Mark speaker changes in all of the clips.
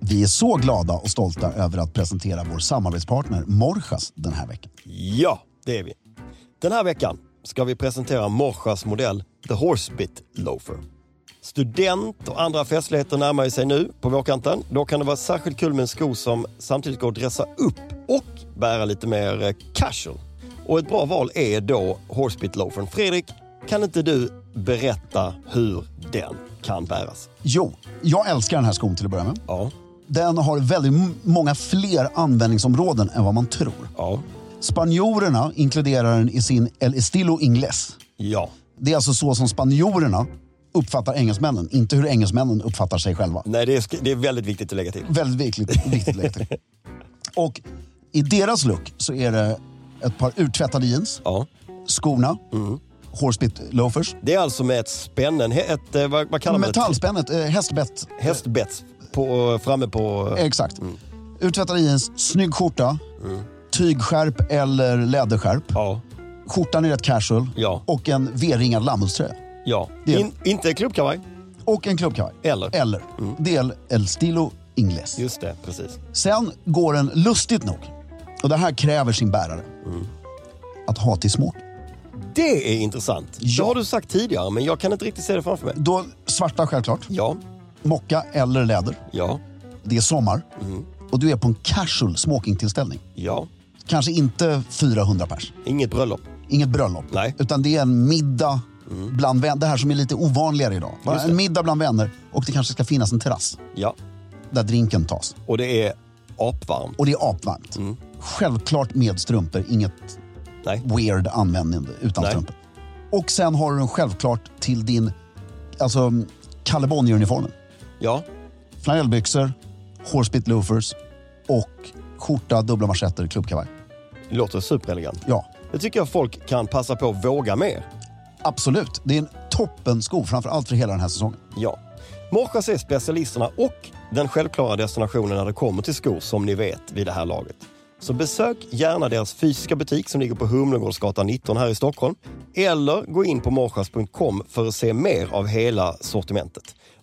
Speaker 1: Vi är så glada och stolta över att presentera vår samarbetspartner Morjas den här veckan.
Speaker 2: Ja, det är vi. Den här veckan ska vi presentera Morschas modell The Horsebit Loafer. Student och andra festligheter närmar ju sig nu på vårkanten. Då kan det vara särskilt kul med en sko som samtidigt går att dressa upp och bära lite mer eh, casual. Och ett bra val är då Horsebit Loafern. Fredrik, kan inte du berätta hur den kan bäras?
Speaker 1: Jo, jag älskar den här skon till att börja med.
Speaker 2: Ja,
Speaker 1: Den har väldigt m- många fler användningsområden än vad man tror.
Speaker 2: ja,
Speaker 1: Spanjorerna inkluderar den i sin El Estilo Ingles.
Speaker 2: ja.
Speaker 1: Det är alltså så som spanjorerna uppfattar engelsmännen, inte hur engelsmännen uppfattar sig själva.
Speaker 2: Nej, det är, sk- det är väldigt viktigt att lägga till.
Speaker 1: Väldigt viktigt, viktigt lägg till. Och i deras look så är det ett par urtvättade jeans,
Speaker 2: Ja.
Speaker 1: skorna, horsebit loafers,
Speaker 2: Det är alltså med ett spännen, he- ett, eh, vad, vad kallar man det?
Speaker 1: metallspännet, eh, hästbett. eh,
Speaker 2: hästbets på, framme på...
Speaker 1: Exakt.
Speaker 2: Mm.
Speaker 1: Urtvättade jeans, snygg skjorta, tygskärp eller läderskärp.
Speaker 2: Ja,
Speaker 1: Skjortan är rätt casual
Speaker 2: Ja.
Speaker 1: och en V-ringad lammullströja.
Speaker 2: ja.
Speaker 1: Det är-
Speaker 2: In, inte klubbkavaj.
Speaker 1: Och en klubbkavaj.
Speaker 2: Eller. Mm.
Speaker 1: Eller. Del El Stilo Ingles.
Speaker 2: Just det, precis.
Speaker 1: Sen går den lustigt nog, och det här kräver sin bärare,
Speaker 2: Mm.
Speaker 1: att ha till smoking.
Speaker 2: Det är intressant.
Speaker 1: Ja.
Speaker 2: Det har du sagt tidigare, men jag kan inte riktigt se det framför mig.
Speaker 1: Då svarta självklart,
Speaker 2: Ja,
Speaker 1: mocka eller läder.
Speaker 2: ja,
Speaker 1: Det är sommar
Speaker 2: Mm.
Speaker 1: och du är på en casual smokingtillställning.
Speaker 2: ja.
Speaker 1: Kanske inte 400 pers,
Speaker 2: Inget bröllop.
Speaker 1: inget bröllop.
Speaker 2: Nej. Mm.
Speaker 1: Utan det är en middag bland vänner, det här som är lite ovanligare idag. Bara
Speaker 2: Just det.
Speaker 1: en middag bland vänner och det kanske ska finnas en terrass
Speaker 2: Ja,
Speaker 1: där drinken tas.
Speaker 2: och det är apvarmt.
Speaker 1: Och det är apvarmt.
Speaker 2: Mm.
Speaker 1: Självklart med strumpor, inget
Speaker 2: Nej,
Speaker 1: weird användning utan
Speaker 2: Nej.
Speaker 1: strumpor. Och sen har du den självklart till din alltså, Kalle Bonnier-uniformen.
Speaker 2: ja,
Speaker 1: Flanellbyxor, horsebit loafers och skjorta, dubbla manschetter, klubbkavaj.
Speaker 2: det låter superelegant.
Speaker 1: Ja,
Speaker 2: Jag tycker att folk kan passa på att våga mer.
Speaker 1: absolut. Det är en toppen sko, framförallt för hela den här säsongen.
Speaker 2: Ja. Morsas är specialisterna och den självklara destinationen när det kommer till skor som ni vet vid det här laget. Så besök gärna deras fysiska butik som ligger på Humlegårdsgatan 19 här i Stockholm. Eller gå in på morsas.com för att se mer av hela sortimentet.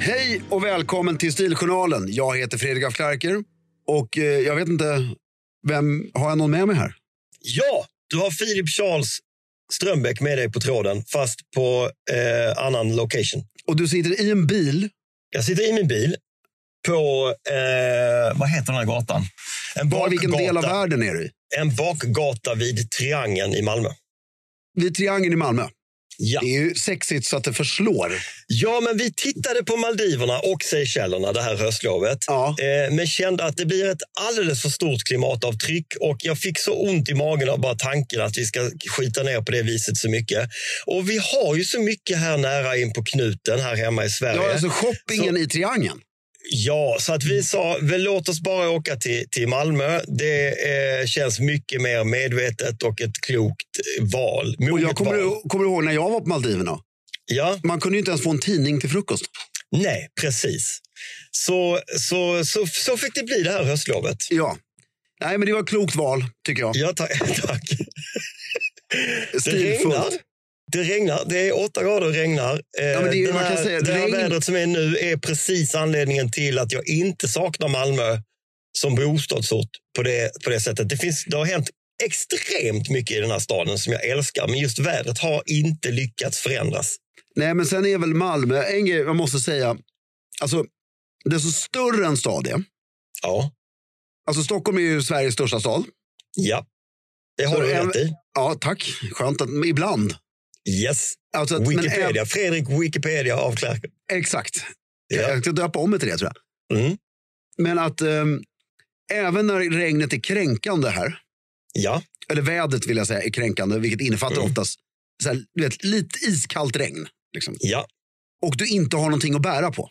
Speaker 1: Hej och välkommen till Stiljournalen. Jag heter Fredrik af Klarker och eh, jag vet inte, vem har jag någon med mig här?
Speaker 2: Ja, du har Filip Charles Strömbäck med dig på tråden, fast på eh, annan location.
Speaker 1: Och du sitter i en bil.
Speaker 2: Jag sitter i min bil på, eh, vad heter den här gatan? En
Speaker 1: Var vilken del av
Speaker 2: bakgata-
Speaker 1: världen är du i?
Speaker 2: En bakgata vid Triangeln i Malmö.
Speaker 1: Vid Triangeln i Malmö.
Speaker 2: Ja.
Speaker 1: Det är ju sexigt så att det förslår.
Speaker 2: ja, men vi tittade på Maldiverna och Seychellerna det här höstlovet.
Speaker 1: Ja.
Speaker 2: Eh, men kände att det blir ett alldeles för stort klimatavtryck och jag fick så ont i magen av bara tanken att vi ska skita ner på det viset så mycket. Och vi har ju så mycket här nära in på knuten här hemma i Sverige.
Speaker 1: Ja, alltså shoppingen i Triangeln.
Speaker 2: Ja, så att vi sa, väl, låt oss bara åka till, till Malmö. Det eh, känns mycket mer medvetet och ett klokt eh, val.
Speaker 1: Och jag
Speaker 2: Moget val.
Speaker 1: kommer, kommer ihåg när jag var på Maldiverna.
Speaker 2: Ja,
Speaker 1: Man kunde ju inte ens få en tidning till frukost.
Speaker 2: nej, precis. Så, så, så, så fick det bli det här höstlovet.
Speaker 1: Ja. Nej, men det var ett klokt val, tycker jag.
Speaker 2: Ja, tack. tack. Det
Speaker 1: Stilfullt.
Speaker 2: regnar. Det regnar. Det är åtta grader och regnar. Eh,
Speaker 1: men det är-
Speaker 2: den
Speaker 1: man kan
Speaker 2: här,
Speaker 1: säga,
Speaker 2: det här
Speaker 1: regn-
Speaker 2: vädret som är nu är precis anledningen till att jag inte saknar Malmö som bostadsort på det, på det sättet. Det, finns, det har hänt extremt mycket i den här staden som jag älskar, men just vädret har inte lyckats förändras.
Speaker 1: Nej, men sen är väl Malmö, en grej jag måste säga, alltså, desto större en stad är,
Speaker 2: Ja,
Speaker 1: Alltså Stockholm är ju Sveriges största stad.
Speaker 2: Ja, det har
Speaker 1: Så
Speaker 2: du
Speaker 1: även-
Speaker 2: rätt i.
Speaker 1: Ja, tack. Skönt att, ibland.
Speaker 2: Yes.
Speaker 1: Alltså att, men
Speaker 2: Wikipedia. Fredrik Wikipedia av Clark.
Speaker 1: även- exakt.
Speaker 2: Ja.
Speaker 1: Jag ska döpa om mig till det tror jag.
Speaker 2: Mm.
Speaker 1: Men att ehm, även när regnet är kränkande här,
Speaker 2: ja,
Speaker 1: eller vädret vill jag säga är kränkande, vilket innefattar
Speaker 2: Mm.
Speaker 1: oftast så här, du vet, lite iskallt regn. Liksom.
Speaker 2: ja,
Speaker 1: Och du inte har någonting att bära på.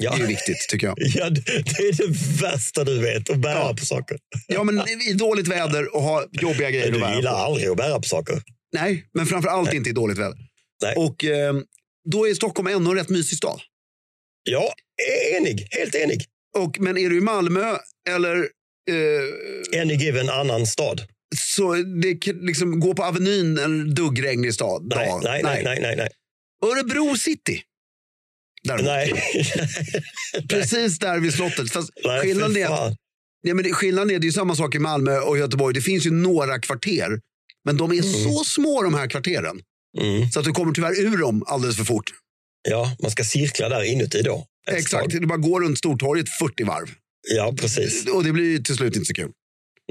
Speaker 2: ja.
Speaker 1: Det är viktigt tycker jag.
Speaker 2: Ja, det det är det värsta du vet, att bära
Speaker 1: Ja.
Speaker 2: på saker.
Speaker 1: Ja, men i dåligt väder och ha jobbiga grejer att
Speaker 2: Du
Speaker 1: bära
Speaker 2: gillar
Speaker 1: på.
Speaker 2: aldrig att bära på saker.
Speaker 1: Nej, men framför allt inte i dåligt väder.
Speaker 2: Nej.
Speaker 1: Och ehm, då är Stockholm ändå en rätt mysig stad.
Speaker 2: Ja, e- enig. Helt enig.
Speaker 1: Och, men är du i Malmö eller eh,
Speaker 2: Any given annan stad.
Speaker 1: så det k- liksom gå på Avenyn en duggregnig stad.
Speaker 2: Nej,
Speaker 1: dag.
Speaker 2: nej, nej, nej, nej, nej.
Speaker 1: Örebro city. Där,
Speaker 2: nej.
Speaker 1: Precis där vid slottet. Fast
Speaker 2: nej
Speaker 1: skillnaden,
Speaker 2: fy
Speaker 1: är,
Speaker 2: fan.
Speaker 1: nej, men det- skillnaden är, det är ju samma sak i Malmö och Göteborg. Det finns ju några kvarter. Men de är så små de här kvarteren.
Speaker 2: Mm.
Speaker 1: Så att du kommer tyvärr ur dem alldeles för fort.
Speaker 2: Ja, man ska cirkla där inuti då. Ett
Speaker 1: Exakt,
Speaker 2: tag.
Speaker 1: du bara går runt Stortorget 40 varv.
Speaker 2: Ja, precis.
Speaker 1: Och det blir ju till slut inte så kul.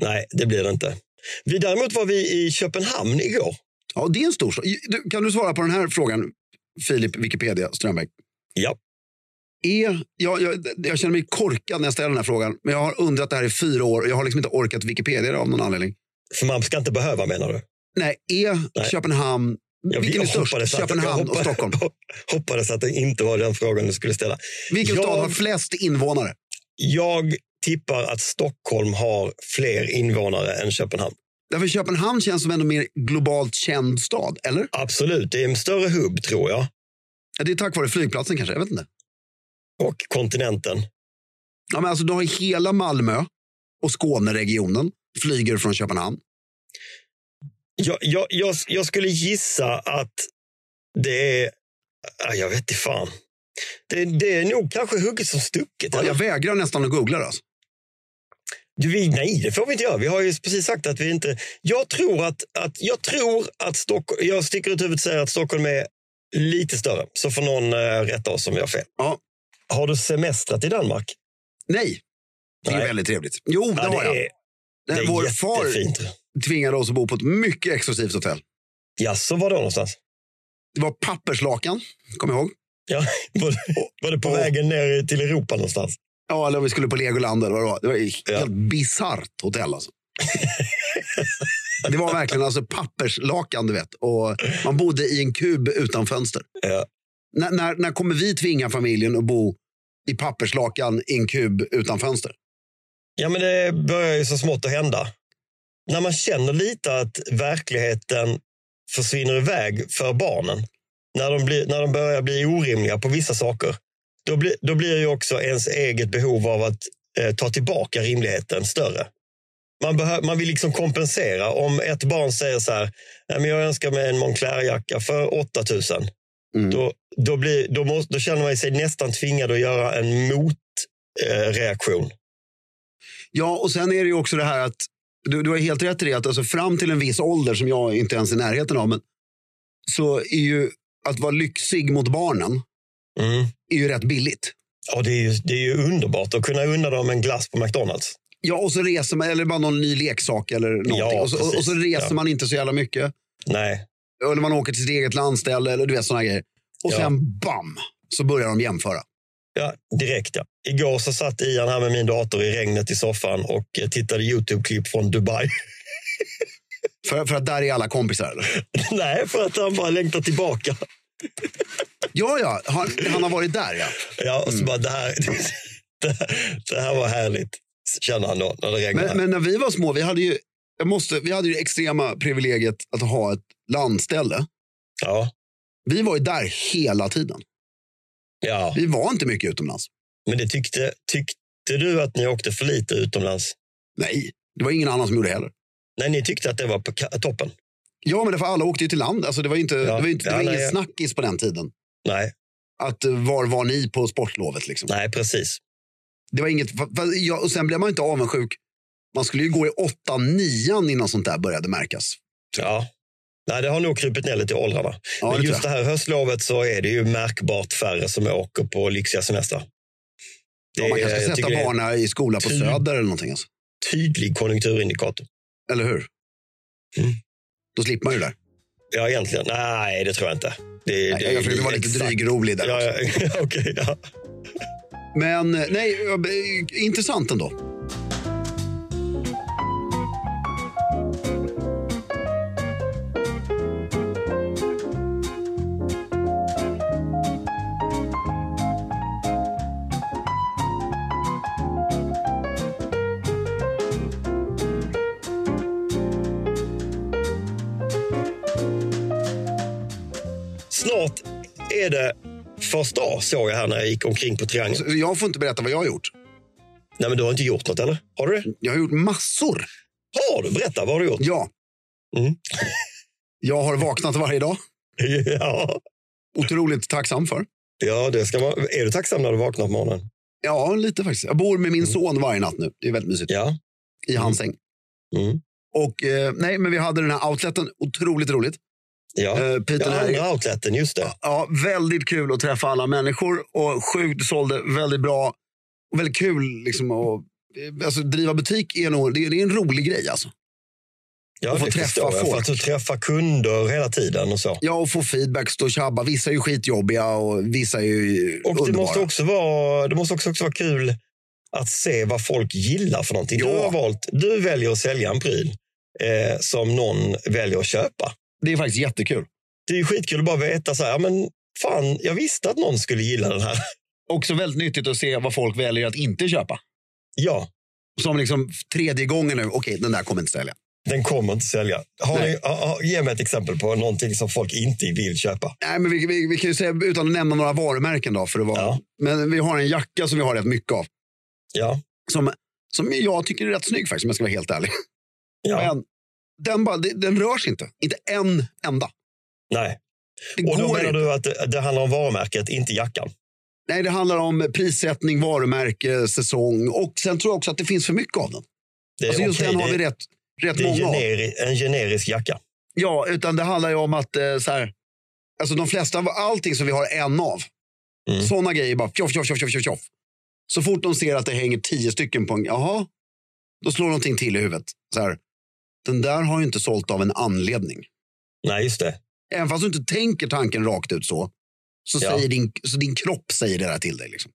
Speaker 2: Nej, det blir det inte. Vi, däremot var vi i Köpenhamn igår.
Speaker 1: Ja, det är en stor stad. Du, Kan du svara på den här frågan, Filip Wikipedia Strömbäck?
Speaker 2: Ja.
Speaker 1: Är, jag, jag, jag känner mig korkad när jag ställer den här frågan, men jag har undrat det här i fyra år och jag har liksom inte orkat Wikipedia det av någon anledning.
Speaker 2: För man ska inte behöva menar du?
Speaker 1: Nej, är
Speaker 2: Nej.
Speaker 1: Köpenhamn...
Speaker 2: Jag-
Speaker 1: vilken är
Speaker 2: jag
Speaker 1: störst?
Speaker 2: hoppades att- jag
Speaker 1: Köpenhamn och
Speaker 2: hoppades-
Speaker 1: Stockholm.
Speaker 2: Hoppades att det inte var den frågan du skulle ställa.
Speaker 1: Vilken stad
Speaker 2: Jag-
Speaker 1: har flest invånare?
Speaker 2: Jag tippar att Stockholm har fler invånare än Köpenhamn.
Speaker 1: Därför Köpenhamn känns som en mer globalt känd stad, eller?
Speaker 2: Absolut, det är en större hubb tror jag.
Speaker 1: Ja, Det är tack vare flygplatsen kanske, jag vet inte.
Speaker 2: Och kontinenten.
Speaker 1: Ja, men alltså, du har ju hela Malmö och Skåneregionen flyger från Köpenhamn.
Speaker 2: Jag, jag, jag, jag skulle gissa att det är... ah, Jag vet inte fan. Det, det är nog kanske hugget som stucket.
Speaker 1: Ja,
Speaker 2: eller?
Speaker 1: jag vägrar nästan att googla det. Alltså.
Speaker 2: Du, vi, nej, det får vi inte göra. Vi har ju precis sagt att vi inte... Jag tror att, att, jag tror att Stockholm... Jag sticker ut huvudet och säger att Stockholm är lite större. Så får någon eh, rätta oss om jag har fel.
Speaker 1: Ja.
Speaker 2: Har du semestrat i Danmark?
Speaker 1: Nej, det är
Speaker 2: Nej.
Speaker 1: väldigt trevligt. Jo, det
Speaker 2: Ja,
Speaker 1: har jag.
Speaker 2: det är,
Speaker 1: Nej,
Speaker 2: det är
Speaker 1: Vår far
Speaker 2: jättefint.
Speaker 1: tvingade oss att bo på ett mycket exklusivt hotell.
Speaker 2: Ja, så var det någonstans?
Speaker 1: Det var papperslakan, kommer jag ihåg.
Speaker 2: Ja, var, det, var det på vägen ner till Europa någonstans?
Speaker 1: Ja, eller om vi skulle på Legoland eller vad det var. Det var ett
Speaker 2: Ja.
Speaker 1: helt bisarrt hotell alltså. det var verkligen alltså papperslakan, du vet. Och man bodde i en kub utan fönster.
Speaker 2: Ja.
Speaker 1: När, när, när kommer vi tvinga familjen att bo i papperslakan i en kub utan fönster?
Speaker 2: Ja, men det börjar ju så smått att hända. När man känner lite att verkligheten försvinner iväg för barnen. När de, blir, när de börjar bli orimliga på vissa saker. Då, blir då blir ju också ens eget behov av att eh, ta tillbaka rimligheten större. Man, behö, man vill liksom kompensera. Om ett barn säger så här, Nej, men jag önskar mig en Moncler-jacka för 8000.
Speaker 1: Mm.
Speaker 2: Då, då, blir, då, måste, då känner man sig nästan tvingad att göra en motreaktion. Eh, reaktion.
Speaker 1: Ja, och sen är det ju också det här att du, du har helt rätt i det att alltså fram till en viss ålder som jag inte ens är i närheten av, men så är ju att vara lyxig mot barnen
Speaker 2: mm.
Speaker 1: är ju rätt billigt.
Speaker 2: Ja, det är, ju, det är ju underbart att kunna unna dem en glass på McDonalds.
Speaker 1: Ja, och så reser man, eller bara någon ny leksak eller någonting.
Speaker 2: Ja,
Speaker 1: och, så, och, och så
Speaker 2: precis.
Speaker 1: reser
Speaker 2: Ja.
Speaker 1: man inte så jävla mycket.
Speaker 2: Nej,
Speaker 1: Eller man åker till sitt eget landställe eller du vet sådana grejer. Och
Speaker 2: Ja.
Speaker 1: sen bam, så börjar de jämföra.
Speaker 2: ja, direkt ja. Igår så satt Ian här med min dator i regnet i soffan och eh, tittade YouTube-klipp från Dubai.
Speaker 1: För, för att där är alla kompisar. Eller?
Speaker 2: Nej, för att han bara längtar tillbaka.
Speaker 1: Ja, ja, han, han har varit där ja.
Speaker 2: Ja, och så
Speaker 1: Mm.
Speaker 2: bara det här, det, här- det här var härligt, känner han då när det regnar.
Speaker 1: Men, men när vi var små, vi hade ju, jag måste, vi hade ju det extrema privilegiet att ha ett landställe.
Speaker 2: Ja,
Speaker 1: Vi var ju där hela tiden.
Speaker 2: ja.
Speaker 1: Vi var inte mycket utomlands.
Speaker 2: men det tyckte, tyckte du att ni åkte för lite utomlands?
Speaker 1: Nej, det var ingen annan som gjorde det heller.
Speaker 2: Nej, ni tyckte att det var på ka- toppen?
Speaker 1: Ja, men det var alla åkte ju till land. Alltså, det var, ju inte, det var, ju inte, det
Speaker 2: Ja,
Speaker 1: var
Speaker 2: nej,
Speaker 1: ingen
Speaker 2: jag-
Speaker 1: snackis på den tiden.
Speaker 2: Nej,
Speaker 1: Att eh, var var ni på sportlovet? Liksom.
Speaker 2: nej precis.
Speaker 1: Det var inget, fa- fa- ja, och sen blev man inte avundsjuk. Man skulle ju gå i åtta, nian innan sånt där började märkas.
Speaker 2: Ja. Nej, det har nog krupit ner lite i åldrarna.
Speaker 1: Ja,
Speaker 2: Men
Speaker 1: det
Speaker 2: just det
Speaker 1: tror
Speaker 2: här höstlovet så är det ju märkbart färre som åker på lyxiga semestrar.
Speaker 1: jag. ja, man kanske
Speaker 2: jag
Speaker 1: ska
Speaker 2: tycker
Speaker 1: sätta
Speaker 2: det är-
Speaker 1: barnen i skola på
Speaker 2: tur.
Speaker 1: Söder eller någonting. Alltså.
Speaker 2: tydlig konjunkturindikator.
Speaker 1: Eller hur?
Speaker 2: Mm.
Speaker 1: Då slipper man ju det där.
Speaker 2: Ja, egentligen. Nej, det tror jag inte. Det,
Speaker 1: Nej, jag försökte vara lite
Speaker 2: exakt.
Speaker 1: drygrolig där.
Speaker 2: Ja,
Speaker 1: också.
Speaker 2: ja, okej. ja.
Speaker 1: Men eh, nej, eh, b- intressant ändå.
Speaker 2: Snart är det första dag, såg jag här när jag gick omkring på
Speaker 1: Så
Speaker 2: Triangeln.
Speaker 1: Alltså, Jag får inte berätta vad jag har gjort.
Speaker 2: Nej, men du har inte gjort något, eller? Har du det?
Speaker 1: Jag har gjort massor.
Speaker 2: Har du? Berätta, vad har du gjort?
Speaker 1: Ja,
Speaker 2: Mm.
Speaker 1: jag har vaknat varje dag.
Speaker 2: Ja.
Speaker 1: Otroligt tacksam för.
Speaker 2: ja, det ska man. Är du tacksam när du vaknar på morgonen?
Speaker 1: Ja, lite faktiskt. Jag bor med min son varje natt nu. Det är väldigt mysigt.
Speaker 2: Ja.
Speaker 1: I hans säng.
Speaker 2: Mm.
Speaker 1: Och eh, nej, men vi hade den här outleten. Otroligt roligt.
Speaker 2: Ja.
Speaker 1: Eh, Peter
Speaker 2: Den
Speaker 1: här
Speaker 2: andra outleten, just det.
Speaker 1: Ja, väldigt kul att träffa alla människor och sjukt sålde väldigt bra. Och väldigt kul liksom att eh, alltså, driva butik är nog, det är, det är en rolig grej alltså.
Speaker 2: Ja,
Speaker 1: Och få
Speaker 2: det
Speaker 1: träffa
Speaker 2: förstår jag, För
Speaker 1: folk.
Speaker 2: att du träffar kunder hela tiden och så.
Speaker 1: Ja, och få feedback, stå och tjabba. Vissa är ju skitjobbiga och vissa är ju
Speaker 2: Och det
Speaker 1: underbara.
Speaker 2: måste, också vara, det måste också, också vara kul att se vad folk gillar för någonting. Du,
Speaker 1: Ja.
Speaker 2: har valt, du väljer att sälja en pryl eh, som någon väljer att köpa.
Speaker 1: Det är faktiskt jättekul.
Speaker 2: Det är ju skitkul att bara veta så här, ja, men fan, jag visste att någon skulle gilla den här.
Speaker 1: Också väldigt nyttigt att se vad folk väljer att inte köpa.
Speaker 2: Ja,
Speaker 1: Som liksom tredje gången nu, okej, den där kommer inte sälja.
Speaker 2: den kommer inte sälja. Har
Speaker 1: Nej.
Speaker 2: ni, ha, ha, ge mig ett exempel på någonting som folk inte vill köpa.
Speaker 1: Nej, men vi, vi, vi kan ju säga, utan att nämna några varumärken då, för att vara...
Speaker 2: Ja.
Speaker 1: Men vi har en jacka som vi har rätt mycket av.
Speaker 2: Ja,
Speaker 1: Som, som jag tycker är rätt snygg faktiskt, om jag ska vara helt ärlig.
Speaker 2: ja.
Speaker 1: Men den, bara, den, den rör sig inte. Inte en enda.
Speaker 2: nej.
Speaker 1: Det
Speaker 2: Och då
Speaker 1: går
Speaker 2: menar
Speaker 1: inte.
Speaker 2: du att det, det handlar om varumärket, inte jackan.
Speaker 1: Nej, det handlar om prissättning, varumärke, säsong och sen tror jag också att det finns för mycket av den.
Speaker 2: Det är
Speaker 1: Alltså just
Speaker 2: okej,
Speaker 1: den har
Speaker 2: det,
Speaker 1: vi rätt, rätt
Speaker 2: det är
Speaker 1: många av.
Speaker 2: generi, en generisk jacka.
Speaker 1: Ja, utan det handlar ju om att eh, så här, alltså de flesta, av allting som vi har en av,
Speaker 2: Mm.
Speaker 1: sådana grejer bara tjoff, tjoff, tjoff, tjoff, tjoff, tjoff. Så fort de ser att det hänger tio stycken på en, jaha, då slår någonting till i huvudet. Så här, den där har ju inte sålt av en anledning.
Speaker 2: Nej, just det.
Speaker 1: Även fast du inte tänker tanken rakt ut så, så,
Speaker 2: Ja.
Speaker 1: säger din, så din kropp säger det där till dig. Liksom,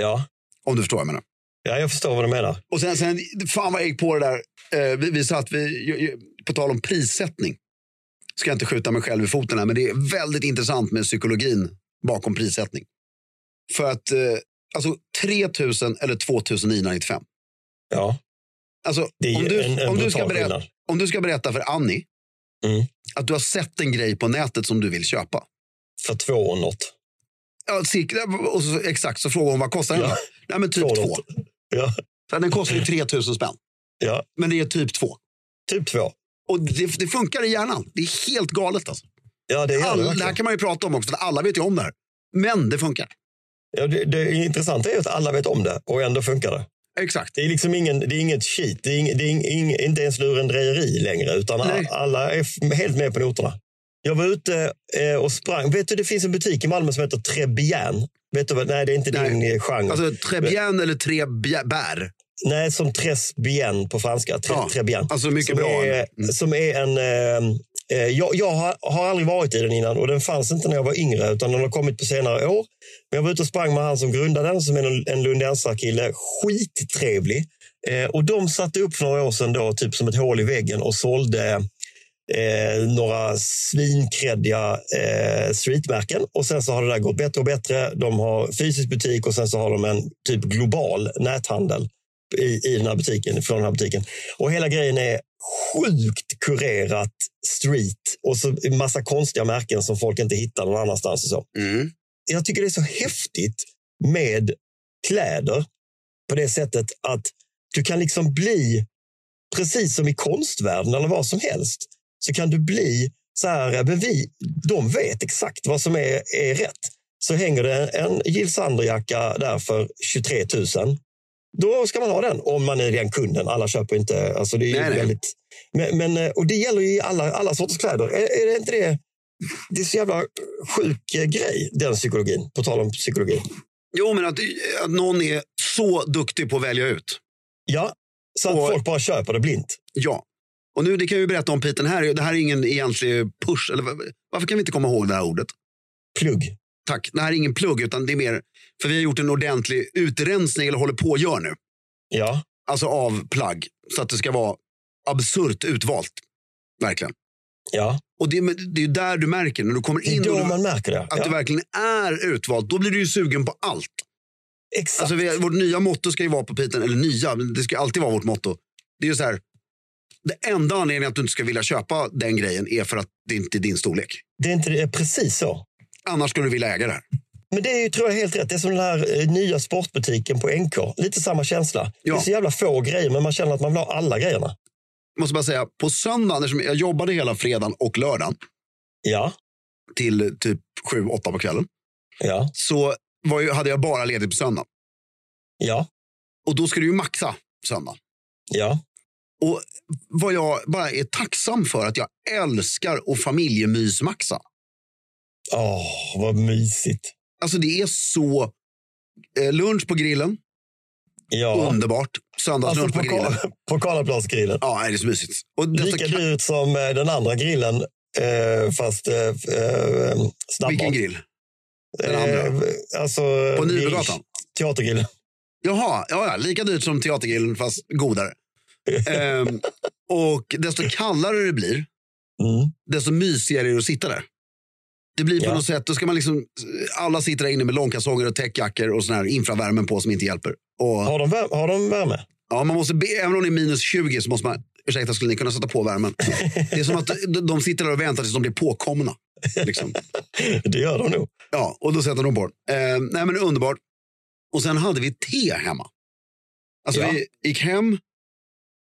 Speaker 2: Ja.
Speaker 1: om du förstår vad jag menar.
Speaker 2: ja, jag förstår vad du menar.
Speaker 1: Och sen, sen fan vad jag gick på det där. Eh, vi, vi satt, vi, ju- ju- på tal om prissättning, ska jag inte skjuta mig själv i foten här, men det är väldigt intressant med psykologin bakom prissättning. För att, eh, alltså 3000 eller 2995.
Speaker 2: Ja,
Speaker 1: Alltså,
Speaker 2: det är
Speaker 1: om,
Speaker 2: ju
Speaker 1: du,
Speaker 2: en, en
Speaker 1: om, du ska
Speaker 2: brutal
Speaker 1: berätta,
Speaker 2: skillnad.
Speaker 1: om du ska berätta för Annie
Speaker 2: Mm.
Speaker 1: att du har sett en grej på nätet som du vill köpa.
Speaker 2: För två och något.
Speaker 1: Ja, cirka- och så, exakt, så frågade hon vad kostar den
Speaker 2: Ja.
Speaker 1: då? Nej, men typ
Speaker 2: Två
Speaker 1: två.
Speaker 2: något. Ja,
Speaker 1: Så Den kostar ju 3000 spänn,
Speaker 2: ja,
Speaker 1: men det är typ två.
Speaker 2: typ två.
Speaker 1: Och det, det funkar i hjärnan. Det är helt galet. Alltså.
Speaker 2: Ja, det, är
Speaker 1: All, det här
Speaker 2: det, verkligen.
Speaker 1: kan man ju prata om också, för alla vet ju om det här. Men det funkar.
Speaker 2: ja, det, det intressanta är ju att alla vet om det och ändå funkar det.
Speaker 1: Exakt.
Speaker 2: Det är liksom ingen, det är inget shit. Det är, ing, det är ing, ing, inte ens lurendrejeri längre, utan
Speaker 1: Nej.
Speaker 2: a- alla är f- helt med på noterna. Jag var ute eh, och sprang. Vet du, det finns en butik i Malmö som heter Trebian. Vet du vad? Nej, det är inte
Speaker 1: Nej.
Speaker 2: din eh, genre.
Speaker 1: Alltså trebien eller trebär.
Speaker 2: Nej, som Tresbien på franska. Tre,
Speaker 1: Ja,
Speaker 2: Trebian.
Speaker 1: Alltså mycket
Speaker 2: som,
Speaker 1: bra. Mm.
Speaker 2: är, som är en... Eh, eh, jag jag har, har aldrig varit i den innan och den fanns inte när jag var yngre utan den har kommit på senare år. Men jag var ute och sprang med han som grundade den som är en, en lundensarkille. Skittrevlig. Eh, och de satte upp för några år sedan då, typ som ett hål i väggen och sålde eh, några svinkreddiga eh, streetmärken. Och sen så har det där gått bättre och bättre. De har fysisk butik och sen så har de en typ global näthandel i, i den här butiken, från den här butiken. Och hela grejen är sjukt kurerat street och så en massa konstiga märken som folk inte hittar någon annanstans. Och så.
Speaker 1: Mm.
Speaker 2: Jag tycker det är så häftigt med kläder på det sättet att du kan liksom bli, precis som i konstvärlden eller vad som helst, så kan du bli så här, men vi, de vet exakt vad som är, är rätt. Så hänger det en Jill Sander-jacka där för 23 000. Då ska man ha den, om man är den kunden. Alla köper inte. Alltså det är ju
Speaker 1: Nej, nej.
Speaker 2: väldigt, men, men, eh, och det gäller ju i alla, alla sorters kläder. Är, är det inte det? Det är så jävla sjuk eh, grej, den psykologin. På tal om psykologi.
Speaker 1: Jo, men att, att någon är så duktig på att välja ut.
Speaker 2: Ja,
Speaker 3: Så att
Speaker 1: Och-
Speaker 3: folk bara köper det blint.
Speaker 1: Ja. Och nu, det kan jag ju berätta om Piten här. Det här är ingen egentlig push. Eller, va- varför kan vi inte komma ihåg det här ordet?
Speaker 3: Plugg.
Speaker 1: Tack. Det här är ingen plugg, utan det är mer... För vi har gjort en ordentlig utrensning, eller håller på och gör nu.
Speaker 3: Ja,
Speaker 1: Alltså av plagg. Så att det ska vara absurt utvalt. Verkligen.
Speaker 3: ja.
Speaker 1: Och det, men det är ju där du märker, när du kommer
Speaker 3: Det är
Speaker 1: in och
Speaker 3: då
Speaker 1: du,
Speaker 3: man märker det.
Speaker 1: att det
Speaker 3: Ja,
Speaker 1: verkligen är utvalt, då blir du ju sugen på allt.
Speaker 3: exakt.
Speaker 1: Alltså, vi, vårt nya motto ska ju vara på Piten, eller nya, men det ska alltid vara vårt motto. Det är ju så här, det enda anledningen att du inte ska vilja köpa den grejen är för att det inte är din storlek.
Speaker 3: Det är inte det är precis så.
Speaker 1: Annars skulle du vilja äga det här.
Speaker 3: Men det är ju, tror jag, helt rätt. Det är som den här eh, nya sportbutiken på NK. Lite samma känsla. Det
Speaker 1: Ja.
Speaker 3: är så jävla få grejer, men man känner att man vill ha alla grejerna.
Speaker 1: Jag måste bara säga, på söndagen, eftersom jag jobbade hela fredagen och lördagen
Speaker 3: Ja,
Speaker 1: till typ 7-8 på kvällen,
Speaker 3: ja,
Speaker 1: så var ju, hade jag bara ledigt på söndagen.
Speaker 3: ja,
Speaker 1: Och då ska du ju maxa söndagen.
Speaker 3: ja.
Speaker 1: Och vad jag bara är tacksam för att jag älskar att familjemysmaxa.
Speaker 3: Åh, vad mysigt.
Speaker 1: Alltså det är så... Eh, lunch på grillen,
Speaker 3: Ja.
Speaker 1: underbart. Söndagslunch
Speaker 3: Alltså på,
Speaker 1: på grillen.
Speaker 3: Karl- på Karlaplansgrillen.
Speaker 1: Ja, nej, det är så mysigt. Och detta
Speaker 3: Lika
Speaker 1: kan-
Speaker 3: dyrt som eh, den andra grillen, eh, fast eh, f- eh, snabbmat.
Speaker 1: Vilken grill? Den
Speaker 3: Eh,
Speaker 1: andra?
Speaker 3: alltså,
Speaker 1: På
Speaker 3: grill-
Speaker 1: Nybrogatan?
Speaker 3: Teatergrillen.
Speaker 1: Jaha, ja, ja, lika dyrt som teatergrillen fast godare. Ehm, och desto kallare det blir,
Speaker 3: Mm.
Speaker 1: desto mysigare är det att sitta där. Det blir på
Speaker 3: Ja.
Speaker 1: något sätt, då ska man liksom, alla sitter där inne med långkalsonger och täckjackor och sån här infravärmen på som inte hjälper. Och,
Speaker 3: Har, de värme, har de värme?
Speaker 1: ja, man måste be, även om det är minus 20 så måste man, ursäkta skulle ni kunna sätta på värmen? Det är som att de- de sitter där och väntar tills de blir påkomna. Liksom.
Speaker 3: Det gör de nog.
Speaker 1: Ja, och då sätter de på den. Eh, nej, men underbart. Och sen hade vi te hemma. Alltså
Speaker 3: Ja.
Speaker 1: vi gick hem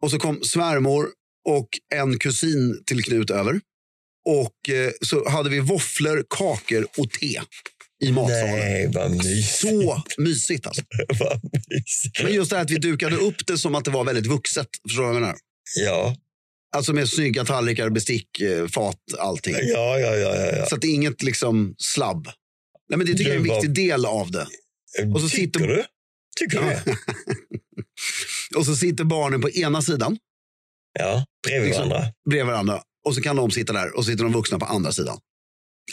Speaker 1: och så kom svärmor och en kusin till Knut över. Och eh, så hade vi våfflor, kakor och te i matsalen.
Speaker 3: Nej, vad mysigt.
Speaker 1: Så mysigt alltså.
Speaker 3: vad mysigt.
Speaker 1: Men just det här att vi dukade upp det som att det var väldigt vuxet. Förstår du vad jag menar?
Speaker 3: Ja,
Speaker 1: Alltså med snygga tallrikar, bestick, eh, fat, allting.
Speaker 3: ja, ja, ja. ja, ja.
Speaker 1: Så att det är inget liksom slabb. Nej, men det tycker
Speaker 3: Du
Speaker 1: jag är en
Speaker 3: var-
Speaker 1: viktig del av det. och så
Speaker 3: Tycker
Speaker 1: sitter-
Speaker 3: du? Tycker du det?
Speaker 1: Och så sitter barnen på ena sidan
Speaker 3: Ja, bredvid
Speaker 1: Liksom.
Speaker 3: varandra.
Speaker 1: bredvid varandra och så kan de sitta där och så sitter de vuxna på andra sidan.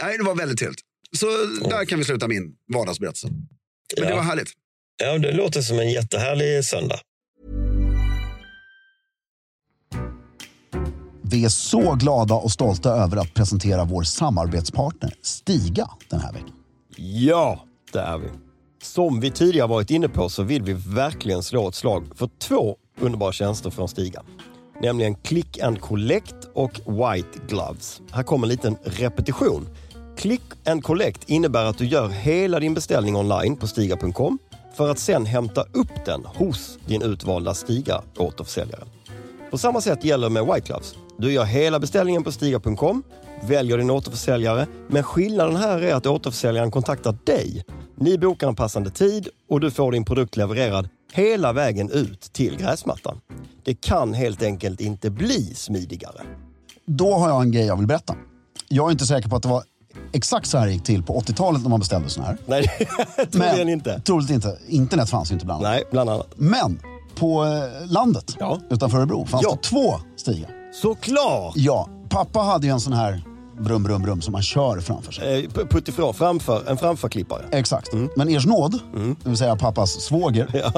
Speaker 1: Nej, det var väldigt trevligt. Så där kan vi sluta min vardagsberättelse. Men det var
Speaker 3: Ja.
Speaker 1: härligt.
Speaker 3: ja, det låter som en jättehärlig söndag.
Speaker 1: Vi är så glada och stolta över att presentera vår samarbetspartner Stiga den här veckan.
Speaker 2: Ja, det är vi. Som vi tidigare varit inne på så vill vi verkligen slå ett slag för två underbara tjänster från Stiga. Nämligen Click and Collect och White Gloves. Här kommer en liten repetition. Click and Collect innebär att du gör hela din beställning online på stiga.com för att sen hämta upp den hos din utvalda Stiga återförsäljare. På samma sätt gäller med White Gloves. Du gör hela beställningen på Stiga.com, väljer din återförsäljare, men skillnaden här är att återförsäljaren kontaktar dig. Ni bokar en passande tid och du får din produkt levererad hela vägen ut till gräsmattan. Det kan helt enkelt inte bli smidigare.
Speaker 1: Då har jag en grej jag vill berätta. Jag är inte säker på att det var exakt så här det gick till på 80-talet när man beställde sån här.
Speaker 2: Nej, troligen inte.
Speaker 1: Troligt inte. Internet fanns ju inte bland annat.
Speaker 2: Nej, bland annat.
Speaker 1: Men på eh, landet
Speaker 2: Ja.
Speaker 1: utanför Örebro fanns
Speaker 2: Ja.
Speaker 1: det två Stiga.
Speaker 2: Såklart!
Speaker 1: Ja, pappa hade ju en sån här brum, brum, brum som man kör framför sig.
Speaker 2: Eh, p- Puttifrån, framför, en framförklippare.
Speaker 1: Exakt.
Speaker 2: Mm.
Speaker 1: Men Ers nåd, det vill säga pappas svåger,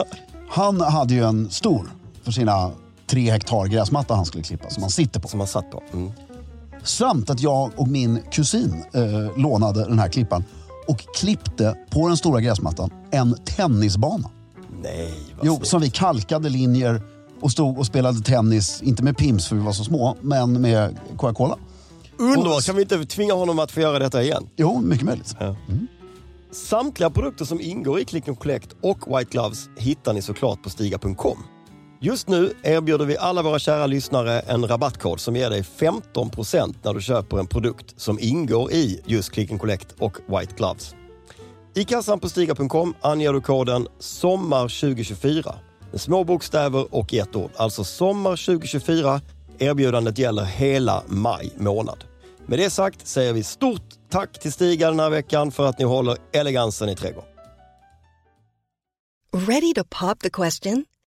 Speaker 1: han hade ju en stor för sina tre hektar gräsmatta han skulle klippa som han sitter på.
Speaker 2: Som man satt på. Mm.
Speaker 1: Samt att jag och min kusin eh, lånade den här klippan och klippte på den stora gräsmattan en tennisbana.
Speaker 2: Nej, vad
Speaker 1: Jo,
Speaker 2: snyggt.
Speaker 1: som vi kalkade linjer och stod och spelade tennis, inte med pims för vi var så små, men med Coca-Cola.
Speaker 2: Underbart! Kan vi inte tvinga honom att få göra detta igen?
Speaker 1: Jo, mycket möjligt.
Speaker 2: Samtliga produkter som ingår i Click and Collect och White Gloves hittar ni såklart på Stiga.com. Just nu erbjuder vi alla våra kära lyssnare en rabattkod som ger dig 15% när du köper en produkt som ingår i just Click and Collect och White Gloves. I kassan på Stiga.com anger du koden SOMMAR2024 med små bokstäver och ett ord. Alltså SOMMAR2024. Erbjudandet gäller hela maj månad. Med det sagt säger vi stort tack till Stiga den här veckan för att ni håller elegansen i trädgården.
Speaker 4: Ready to pop the question?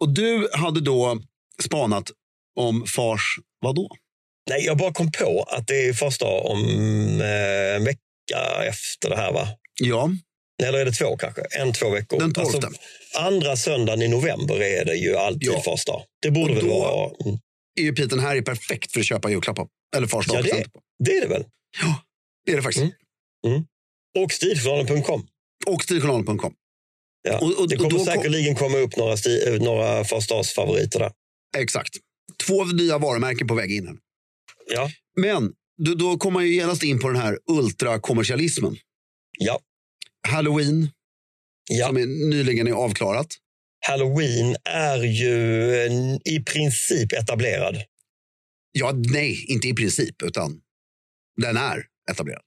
Speaker 1: Och du hade då spanat om fars vadå?
Speaker 2: Nej, jag bara kom på att det är första om eh, en vecka efter det här, va?
Speaker 1: Ja,
Speaker 2: Eller är det två kanske? En, två veckor. Alltså,
Speaker 1: Den 12.
Speaker 2: andra söndagen i november är det ju alltid
Speaker 1: Ja.
Speaker 2: första. Det borde
Speaker 1: Och
Speaker 2: väl
Speaker 1: då-
Speaker 2: vara... Mm.
Speaker 1: är ju E Piten här är perfekt för att köpa julklappar. Eller fars
Speaker 2: Ja, det,
Speaker 1: dagspresent.
Speaker 2: det är det väl.
Speaker 1: Det är det faktiskt.
Speaker 2: Mm. Och stiljournalen.com.
Speaker 1: Och stiljournalen.com.
Speaker 2: Ja.
Speaker 1: Och- och-
Speaker 2: det
Speaker 1: och
Speaker 2: kommer
Speaker 1: då kom-
Speaker 2: säkerligen komma upp några, sti, eh, några förstaårsfavoriter där.
Speaker 1: Exakt. Två nya varumärken på väg in. här.
Speaker 2: Ja.
Speaker 1: Men då, då kommer man ju genast in på den här ultrakommersialismen.
Speaker 2: Ja.
Speaker 1: Halloween,
Speaker 2: Ja.
Speaker 1: som är, nyligen är avklarat.
Speaker 2: Halloween är ju en, i princip etablerad.
Speaker 1: Ja, nej, inte i princip, utan den är etablerad.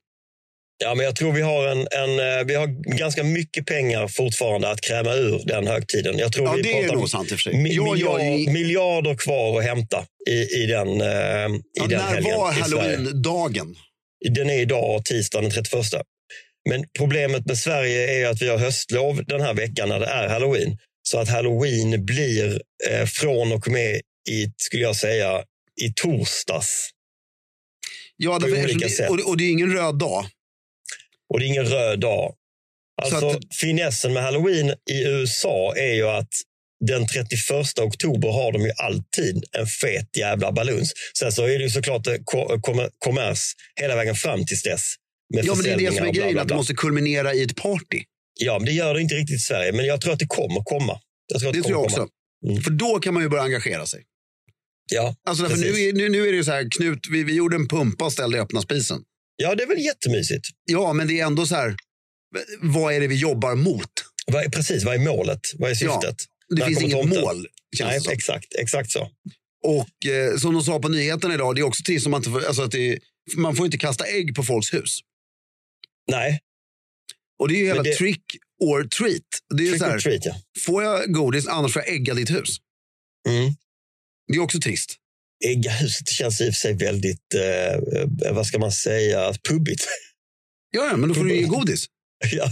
Speaker 2: Ja, men jag tror vi har, en, en, eh, vi har ganska mycket pengar fortfarande att kräma ur den högtiden. Jag tror
Speaker 1: Ja,
Speaker 2: vi
Speaker 1: det
Speaker 2: pratar
Speaker 1: är
Speaker 2: om
Speaker 1: nog sant i och för sig.
Speaker 2: mi-
Speaker 1: Jag gör
Speaker 2: miljard,
Speaker 1: ju-
Speaker 2: miljarder kvar att hämta i, i den, eh, i
Speaker 1: ja,
Speaker 2: den
Speaker 1: när
Speaker 2: helgen
Speaker 1: var
Speaker 2: i Sverige.
Speaker 1: halloween-dagen?
Speaker 2: Den är idag, tisdag den 31. Men problemet med Sverige är att vi har höstlov den här veckan när det är halloween. Så att halloween blir eh, från och med i, skulle jag säga, i torsdags.
Speaker 1: Ja,
Speaker 2: På
Speaker 1: därför,
Speaker 2: olika
Speaker 1: eftersom det,
Speaker 2: sätt.
Speaker 1: och, och det är ingen röd dag.
Speaker 2: Och det är ingen röd dag.
Speaker 1: Så
Speaker 2: Alltså,
Speaker 1: att-
Speaker 2: Finessen med halloween i USA är ju att den 31 oktober har de ju alltid en fet jävla baluns. Sen så är det ju såklart eh, ko- kommer- kommers hela vägen fram tills dess. Med
Speaker 1: Ja, men det är det
Speaker 2: försäljningar
Speaker 1: som är
Speaker 2: och bla,
Speaker 1: grejen,
Speaker 2: bla,
Speaker 1: att det
Speaker 2: bla.
Speaker 1: måste kulminera i ett party.
Speaker 2: Ja, men det gör det inte riktigt i Sverige, men jag tror att det kommer komma. Jag tror att
Speaker 1: Det tror
Speaker 2: kommer
Speaker 1: jag också.
Speaker 2: Komma. Mm.
Speaker 1: För då kan man ju börja engagera sig.
Speaker 2: Ja.
Speaker 1: Alltså därför nu,
Speaker 2: Precis.
Speaker 1: är, nu, nu är det ju så här, Knut, vi, vi gjorde en pumpa och ställde i öppna spisen.
Speaker 2: ja, det är väl jättemysigt.
Speaker 1: Ja, men det är ändå så här, vad är det vi jobbar mot?
Speaker 2: Vad är, precis, vad är målet? Vad är
Speaker 1: Ja,
Speaker 2: syftet?
Speaker 1: Det
Speaker 2: När
Speaker 1: finns
Speaker 2: kommer
Speaker 1: inget
Speaker 2: tomten?
Speaker 1: mål, känns
Speaker 2: Nej,
Speaker 1: det som.
Speaker 2: exakt, exakt så.
Speaker 1: Och eh, som de sa på nyheterna idag, det är också trist om man inte får, alltså att det, är- man får inte kasta ägg på folks hus.
Speaker 2: Nej,
Speaker 1: Och det är ju hela
Speaker 2: Men det-
Speaker 1: trick or treat. Det är ju
Speaker 2: trick
Speaker 1: så
Speaker 2: or
Speaker 1: här,
Speaker 2: treat, ja.
Speaker 1: får jag godis annars får jag ägga ditt hus.
Speaker 2: Mm.
Speaker 1: Det är också trist.
Speaker 2: Äggahuset känns i och för sig väldigt, eh, eh, vad ska man säga, pubbigt.
Speaker 1: Ja, ja, men då får
Speaker 2: Mm.
Speaker 1: du ju godis.
Speaker 2: Ja.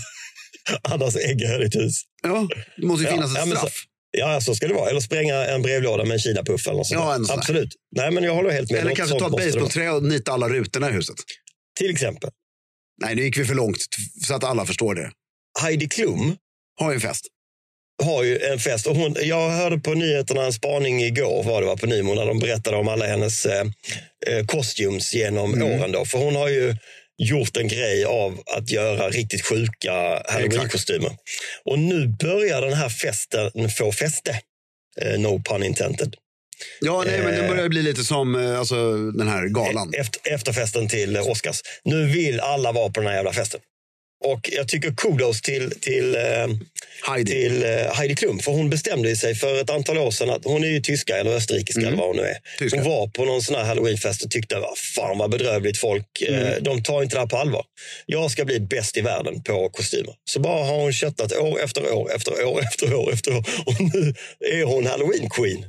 Speaker 2: Annars äggar i ett hus.
Speaker 1: Ja, det måste ju
Speaker 2: Ja,
Speaker 1: finnas ett
Speaker 2: ja, men så-
Speaker 1: straff.
Speaker 2: Ja, så ska det vara. Eller spränga en brevlåda med en kinapuff eller något sånt
Speaker 1: Ja,
Speaker 2: där.
Speaker 1: en sån där.
Speaker 2: Absolut. Nej, men jag håller helt med.
Speaker 1: Eller
Speaker 2: Något
Speaker 1: kanske
Speaker 2: sånt
Speaker 1: ta ett
Speaker 2: måste det vara.
Speaker 1: basebollträ och nita alla rutorna i huset.
Speaker 2: Till exempel,
Speaker 1: Nej, nu gick vi för långt t- så att alla förstår det.
Speaker 2: Heidi Klum
Speaker 1: Ha ju en fest.
Speaker 2: har ju en fest. Och hon, jag hörde på nyheterna en spaning igår var det var på Nymo när de berättade om alla hennes eh, eh, costumes genom åren. Då. För hon har ju gjort en grej av att göra riktigt sjuka halloweenkostymer. Och nu börjar den här festen få fäste. Eh, no pun intended.
Speaker 1: Ja, nej, men det börjar bli lite som eh, alltså, den här galan.
Speaker 2: E, Efter, efterfesten till eh, Oscars. Nu vill alla vara på den här jävla festen. Och jag tycker kudos till, till, eh,
Speaker 1: Heidi.
Speaker 2: till eh, Heidi Klum. För hon bestämde ju sig för ett antal år sedan att hon är ju tyska eller österrikiska eller vad hon nu är.
Speaker 1: Mm. Tyska.
Speaker 2: Hon var på någon sån här halloweenfest och tyckte vad fan vad bedrövligt folk.
Speaker 1: Mm.
Speaker 2: Eh, de tar inte det här på allvar. Jag ska bli bäst i världen på kostymer. Så bara har hon köttat år efter år efter år efter år efter år. Och nu är hon halloween queen.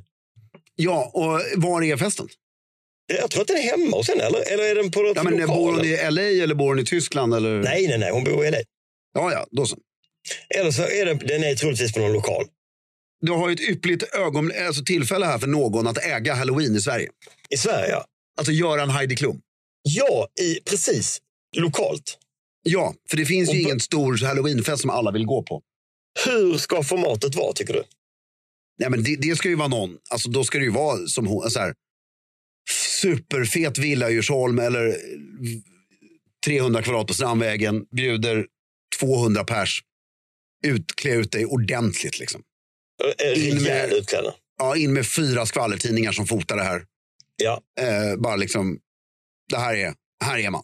Speaker 1: Ja, och var är festen?
Speaker 2: Jag tror att den är hemma hos henne eller, eller är den på något
Speaker 1: Ja, men, eh, bor hon i LA eller bor hon i Tyskland? Eller?
Speaker 2: Nej, nej, nej. Hon bor i LA.
Speaker 1: Ja, ja, då så.
Speaker 2: Eller så är den, den är troligtvis på någon lokal.
Speaker 1: Du har ju ett yppligt ögon, alltså tillfälle här för någon att äga halloween i Sverige.
Speaker 2: I Sverige, ja.
Speaker 1: Alltså göra en Heidi Klum.
Speaker 2: Ja, i, precis. Lokalt.
Speaker 1: Ja, för det finns ju
Speaker 2: Och-
Speaker 1: ingen stor halloweenfest som alla vill gå på.
Speaker 2: Hur ska formatet vara, tycker du?
Speaker 1: Nej, men det, det ska ju vara någon. Alltså, då ska det ju vara som hon, så här, superfet villa i Djursholm eller 300 kvadrat på Strandvägen, bjuder 200 pers. Ut, klä ut dig ordentligt. Liksom.
Speaker 2: En
Speaker 1: In med-
Speaker 2: rejäl Eh, utklädnad.
Speaker 1: Ja, in med fyra skvallertidningar som fotar det här.
Speaker 2: Ja.
Speaker 1: Eh, bara liksom, det här är, här är man.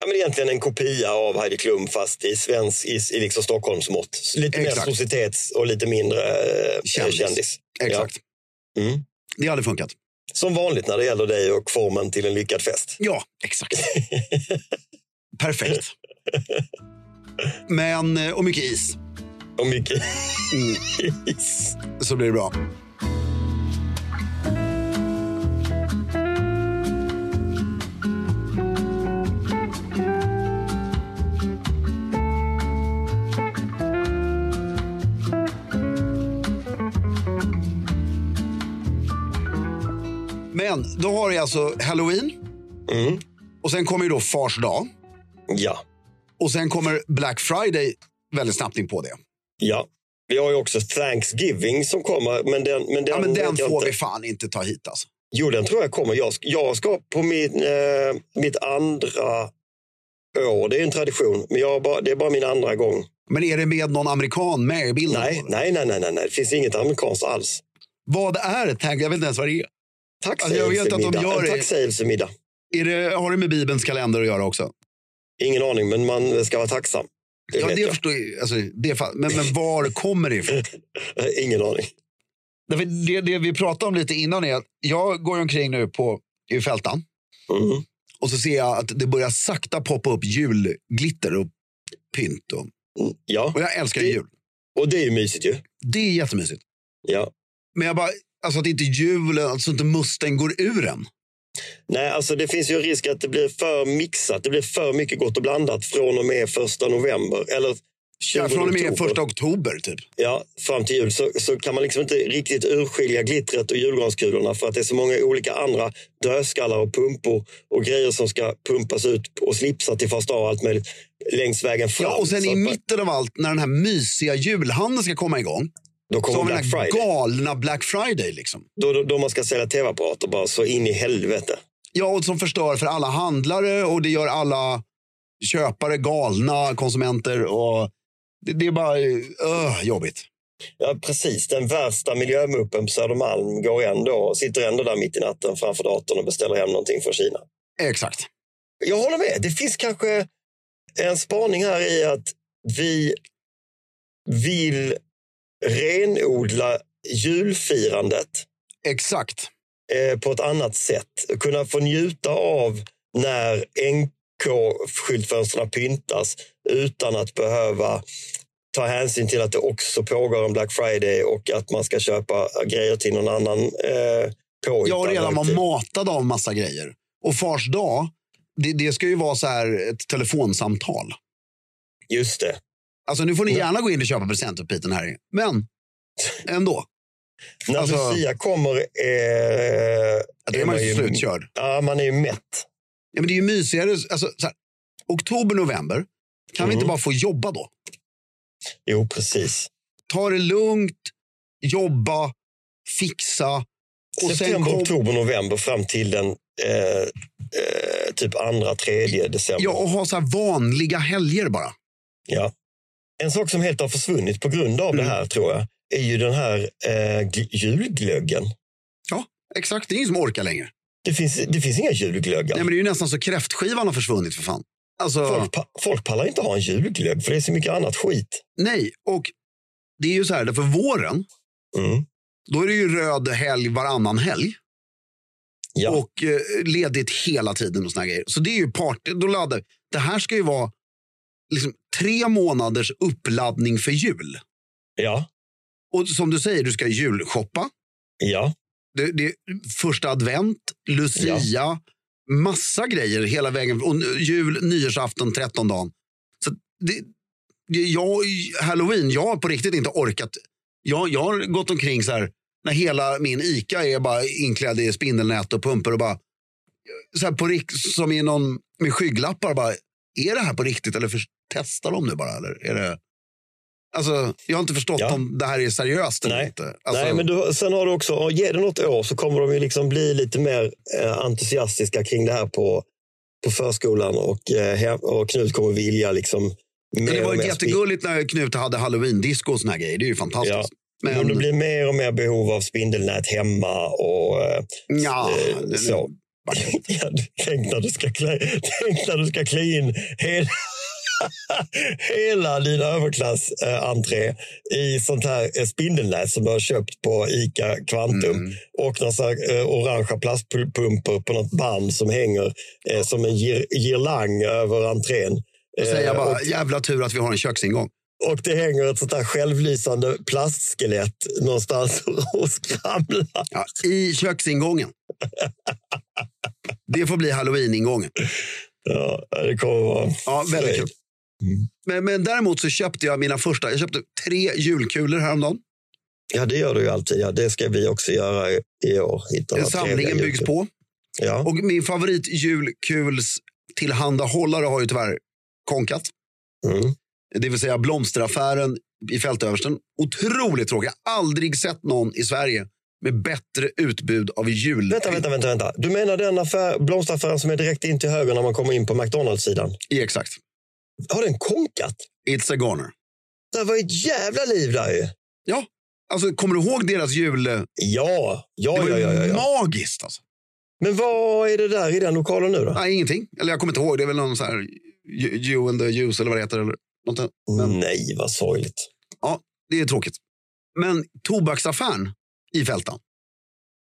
Speaker 2: ja, men egentligen en kopia av Heidi Klum fast i, svensk, i, i liksom Stockholmsmått. Så Lite mer
Speaker 1: Exakt.
Speaker 2: societets och lite mindre eh,
Speaker 1: Kändis.
Speaker 2: kändis.
Speaker 1: Exakt.
Speaker 2: Ja. Mm.
Speaker 1: Det hade funkat.
Speaker 2: Som vanligt när det gäller dig och formen till en lyckad fest.
Speaker 1: Ja, exakt. Perfekt. Men, eh, och mycket is,
Speaker 2: Och mycket
Speaker 1: Mm.
Speaker 2: is.
Speaker 1: så blir det bra. Men då har jag alltså halloween
Speaker 2: Mm.
Speaker 1: och sen kommer ju då fars dag.
Speaker 2: Ja.
Speaker 1: Och sen kommer Black Friday väldigt snabbt in på det.
Speaker 2: ja. Vi har ju också Thanksgiving som kommer. Men den, men den,
Speaker 1: Ja, men den
Speaker 2: vet jag
Speaker 1: får
Speaker 2: inte.
Speaker 1: vi fan inte ta hit alltså.
Speaker 2: Jo, den tror jag kommer. Jag, sk- jag ska på min, eh, mitt andra år. Det är en tradition, men jag har bara, det är bara min andra gång.
Speaker 1: Men är det med någon amerikan med i bilden?
Speaker 2: Nej, nej, nej, nej, nej, nej. det finns inget amerikanskt alls.
Speaker 1: Vad är det? Jag vet inte ens vad det är. Alltså, jag vet att de
Speaker 2: Tacksägelsemiddag.
Speaker 1: gör det.
Speaker 2: en tacksägelsemiddag.
Speaker 1: är det har det med Bibelns kalender att göra också?
Speaker 2: Ingen aning, men man ska vara tacksam. Det
Speaker 1: Ja,
Speaker 2: vet
Speaker 1: det
Speaker 2: jag.
Speaker 1: förstår jag. Alltså, det är fa- men, men var kommer det ifrån?
Speaker 2: Ingen aning.
Speaker 1: Därför det, det vi pratade om lite innan är att jag går omkring nu på, i fältan
Speaker 2: Mm.
Speaker 1: och så ser jag att det börjar sakta poppa upp julglitter och pynt. Och,
Speaker 2: Ja,
Speaker 1: och jag älskar
Speaker 2: Det-
Speaker 1: jul.
Speaker 2: och det är ju mysigt ju.
Speaker 1: Det är jättemysigt.
Speaker 2: Ja.
Speaker 1: Men jag bara, alltså att inte julen, alltså inte musten går ur en.
Speaker 2: Nej, alltså det finns ju en risk att det blir för mixat. Det blir för mycket gott och blandat från och med första november. Eller 20
Speaker 1: Ja, från och med
Speaker 2: oktober.
Speaker 1: första oktober typ.
Speaker 2: ja, fram till jul så, så kan man liksom inte riktigt urskilja glittret och julgranskulorna för att det är så många olika andra dödskallar och pumpor och grejer som ska pumpas ut och slipsa till fasta och allt möjligt längs vägen fram.
Speaker 1: Ja, och sen
Speaker 2: Så
Speaker 1: i
Speaker 2: att-
Speaker 1: mitten av allt, när den här mysiga julhandeln ska komma igång,
Speaker 2: då
Speaker 1: så
Speaker 2: kommer
Speaker 1: har vi
Speaker 2: Black
Speaker 1: den här
Speaker 2: Friday.
Speaker 1: galna Black Friday. Liksom.
Speaker 2: Då, då, då man ska sälja tv-apparater bara så in i helvete.
Speaker 1: Ja, och som förstör för alla handlare och det gör alla köpare galna, konsumenter. Och det, det är bara öh, jobbigt.
Speaker 2: Ja, precis. Den värsta miljömuppen på Södermalm går ändå, sitter ändå där mitt i natten framför datorn och beställer hem någonting från Kina.
Speaker 1: Exakt.
Speaker 2: Jag håller med. Det finns kanske en spaning här i att vi vill renodla julfirandet
Speaker 1: Exakt.
Speaker 2: eh, på ett annat sätt. Kunna få njuta av när NK-skyltfönstren pyntas utan att behöva ta hänsyn till att det också pågår en Black Friday och att man ska köpa grejer till någon annan eh, påhittad
Speaker 1: Jag har redan var
Speaker 2: högtid.
Speaker 1: matad av massa grejer. Och fars dag, det, det ska ju vara så här ett telefonsamtal.
Speaker 2: Just det.
Speaker 1: Alltså nu får ni gärna gå in och köpa presenter på Piten här. Men ändå,
Speaker 2: När
Speaker 1: Alltså-
Speaker 2: Lucia kommer... Eh,
Speaker 1: då är man ju slutkörd.
Speaker 2: Ja, man är ju mätt.
Speaker 1: Ja, men det är ju mysigare. Alltså, så här, oktober, november. Kan vi
Speaker 2: Mm.
Speaker 1: inte bara få jobba då?
Speaker 2: Jo, precis.
Speaker 1: Ta det lugnt, jobba, fixa. Och sen
Speaker 2: September,
Speaker 1: kom,
Speaker 2: oktober, november fram till den eh, eh, typ andra, tredje december.
Speaker 1: ja, och ha så här vanliga helger bara.
Speaker 2: Ja. En sak som helt har försvunnit på grund av
Speaker 1: Mm.
Speaker 2: det här, tror jag, är ju den här eh, gl- julglöggen.
Speaker 1: Ja, exakt. Det är ingen som orkar längre.
Speaker 2: Det finns, det finns inga julglöggar.
Speaker 1: Nej, men det är ju nästan så kräftskivan har försvunnit för fan. Alltså,
Speaker 2: folk, pa- folk pallar inte ha en julglögg, för det är så mycket annat skit.
Speaker 1: nej. Och det är ju så här, för våren,
Speaker 2: Mm.
Speaker 1: då är det ju röd helg varannan helg.
Speaker 2: Ja.
Speaker 1: Och eh, ledigt hela tiden och såna här grejer. Så det är ju party. Då laddar. vi. Det här ska ju vara liksom, tre månaders uppladdning för jul.
Speaker 2: ja,
Speaker 1: Och som du säger, du ska julshoppa.
Speaker 2: ja,
Speaker 1: Det, det är första advent, lucia, massa grejer hela vägen. Och nu- jul, nyårsafton, trettondagen. Så det, det, jag, halloween, jag har på riktigt inte orkat. Jag, jag har gått omkring så här, när hela min ICA är bara inklädd i spindelnät och pumpor och bara, så här på rikt, som i någon med skygglappar bara, är det här på riktigt eller för, testar de nu bara? Eller är det, alltså, jag har inte förstått
Speaker 2: Ja.
Speaker 1: om det här är seriöst eller
Speaker 2: Nej.
Speaker 1: inte. Alltså,
Speaker 2: Nej, men du, sen har du också, ja, ge det något år så kommer de ju liksom bli lite mer eh, entusiastiska kring det här på, på förskolan och, eh, hem- och Knut kommer vilja liksom mer
Speaker 1: Men det var
Speaker 2: och
Speaker 1: ju
Speaker 2: mer spi-
Speaker 1: jättegulligt när Knut hade halloween-disco och såna här grejer. Det är ju fantastiskt.
Speaker 2: Ja.
Speaker 1: Men,
Speaker 2: Men det blir mer och mer behov av spindelnät hemma och eh,
Speaker 1: ja,
Speaker 2: eh,
Speaker 1: det-
Speaker 2: så.
Speaker 1: Vackert.
Speaker 2: Ja, du- tänk när du ska klä, tänk när du ska klä in hela, hela din överklassentré i sånt här eh, spindelnät som du har köpt på Ica
Speaker 1: mm.
Speaker 2: Kvantum och några så här, eh, orangea plastpumpor på något band som hänger eh, som en gir, girlang över entrén.
Speaker 1: Då säger jag
Speaker 2: Eh,
Speaker 1: bara, jävla tur att vi har en köksingång.
Speaker 2: och det hänger ett sånt där självlysande plastskelett någonstans och skramlar.
Speaker 1: Ja, I köksingången. Det får bli halloween-ingången.
Speaker 2: Ja, det kommer vara...
Speaker 1: Ja, väldigt kul. Men, men däremot så köpte jag mina första, jag köpte tre julkulor häromdagen.
Speaker 2: Ja, det gör du ju alltid. Ja, det ska vi också göra i- i år. Hitta några trevliga
Speaker 1: Samlingen byggs
Speaker 2: julkul.
Speaker 1: på.
Speaker 2: Ja.
Speaker 1: Och min favorit julkuls tillhandahållare har ju tyvärr konkat.
Speaker 2: Mm.
Speaker 1: Det vill säga blomsteraffären i Fältöversten. Otroligt tråkig. Jag har aldrig sett någon i Sverige med bättre utbud av jul.
Speaker 2: Vänta, vänta, vänta, vänta. Du menar den affär, blomsteraffären som är direkt in till höger när man kommer in på McDonalds-sidan?
Speaker 1: I exakt.
Speaker 2: Har den konkat?
Speaker 1: It's a goner.
Speaker 2: Det var ett jävla liv där ju.
Speaker 1: Alltså, kommer du ihåg deras jul? Det
Speaker 2: Ja, ja,
Speaker 1: var
Speaker 2: ja,
Speaker 1: ju
Speaker 2: ja, ja, ja.
Speaker 1: magiskt. Alltså.
Speaker 2: Men vad är det där i den lokalen nu då?
Speaker 1: Nej, ingenting. Eller jag kommer inte ihåg. Det är väl någon så här you- you and the juice eller vad det heter. Eller något. Men-
Speaker 2: Nej, vad sorgligt.
Speaker 1: Det är tråkigt. Men tobaksaffären i Fältan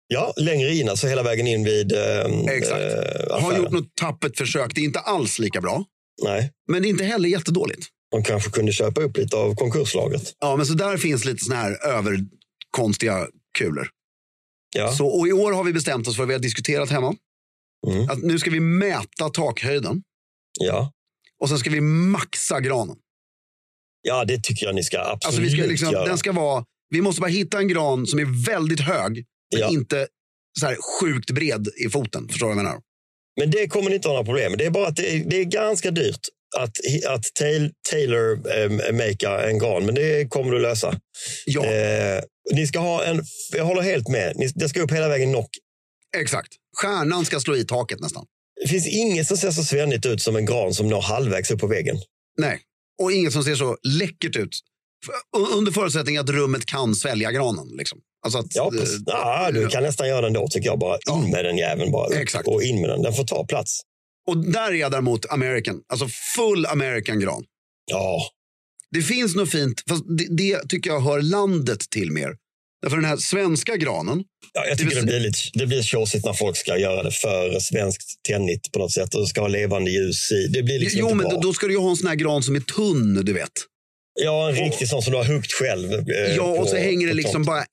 Speaker 2: Ja, längre in, alltså hela vägen in vid ehm,
Speaker 1: Exakt.
Speaker 2: eh,
Speaker 1: har
Speaker 2: affären.
Speaker 1: gjort något tappert försök. Det är inte alls lika bra.
Speaker 2: Nej,
Speaker 1: Men det är inte heller jättedåligt.
Speaker 2: de kanske kunde köpa upp lite av konkurslaget.
Speaker 1: Ja, men så där finns lite såna här överkonstiga kulor.
Speaker 2: Ja.
Speaker 1: Så, och i år har vi bestämt oss för, vi har diskuterat hemma,
Speaker 2: Mm.
Speaker 1: att nu ska vi mäta takhöjden
Speaker 2: ja.
Speaker 1: och sen ska vi maxa granen.
Speaker 2: ja, det tycker jag ni ska absolut
Speaker 1: Alltså vi ska liksom,
Speaker 2: göra.
Speaker 1: den ska vara, vi måste bara hitta en gran som är väldigt hög, men
Speaker 2: Ja.
Speaker 1: inte så här sjukt bred i foten. Förstår du vad jag menar?
Speaker 2: Men det kommer ni inte ha några problem med. Det är bara att det är, det är ganska dyrt att, att tail, Taylor eh, makea en gran, men det kommer du lösa.
Speaker 1: Ja,
Speaker 2: Eh, ni ska ha en, jag håller helt med. Ni, det ska upp hela vägen nock. Eh.
Speaker 1: exakt. Stjärnan ska slå i taket nästan.
Speaker 2: Det finns inget som ser så svennigt ut som en gran som når halvvägs upp på väggen.
Speaker 1: Nej, och inget som ser så läckert ut. För- u- Under förutsättning att rummet kan svälja granen. Liksom. Alltså att,
Speaker 2: Ja,
Speaker 1: eh,
Speaker 2: precis. ja, du kan nästan göra den då, tycker jag. bara.
Speaker 1: Ja.
Speaker 2: In med den jäveln bara.
Speaker 1: Exakt.
Speaker 2: Och in med den. Den får ta plats.
Speaker 1: och där är jag däremot American. Alltså full American gran.
Speaker 2: Ja,
Speaker 1: Det finns något fint, fast det, det tycker jag hör landet till mer. Därför den här svenska granen,
Speaker 2: Ja, jag tycker
Speaker 1: vill
Speaker 2: det blir, lite, det blir tjåsigt när folk ska göra det för svenskt tennigt på något sätt och ska ha levande ljus i. Det blir liksom
Speaker 1: jo
Speaker 2: inte
Speaker 1: men
Speaker 2: bra.
Speaker 1: då ska du ju ha en sån här gran som är tunn, du vet.
Speaker 2: Ja, en riktig sån som du har huggt själv. eh,
Speaker 1: ja, och
Speaker 2: på-
Speaker 1: så hänger det
Speaker 2: på
Speaker 1: liksom
Speaker 2: tomten.
Speaker 1: bara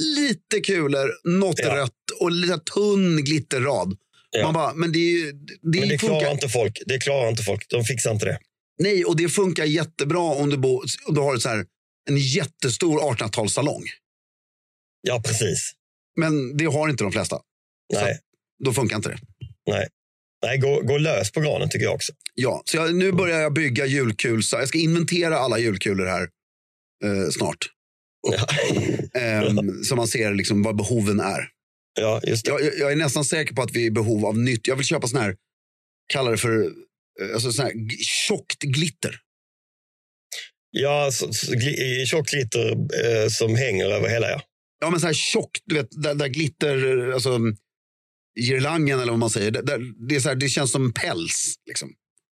Speaker 1: lite kulor, något
Speaker 2: Ja.
Speaker 1: rött och lite tunn glitterrad.
Speaker 2: Ja.
Speaker 1: Man bara, men det, är ju- det,
Speaker 2: Men det
Speaker 1: funkar.
Speaker 2: klarar inte folk. Det klarar inte folk. De fixar inte det.
Speaker 1: Nej, och det funkar jättebra om du, bor, om du har ett så här, en jättestor 1800-talssalong.
Speaker 2: Ja, precis.
Speaker 1: Men det har inte de flesta.
Speaker 2: Nej,
Speaker 1: Då funkar inte det.
Speaker 2: Nej gå, gå lös på granen tycker jag också.
Speaker 1: Ja, så jag, nu börjar jag bygga julkulsar. Jag ska inventera alla julkulor här eh, snart.
Speaker 2: Ja,
Speaker 1: Ehm, så man ser liksom vad behoven är.
Speaker 2: ja just det.
Speaker 1: Jag, jag jag är nästan säker på att vi är i behov av nytt. Jag vill köpa sån här, kallar det för eh, alltså sån här g- tjockt glitter.
Speaker 2: Ja, så, så, gli- i tjock glitter eh, som hänger över hela. Ja.
Speaker 1: Ja, men så här tjockt, du vet, där, där glitter, eh, alltså girlangen eller vad man säger. Där, där, det, är så här, det känns som päls. Liksom.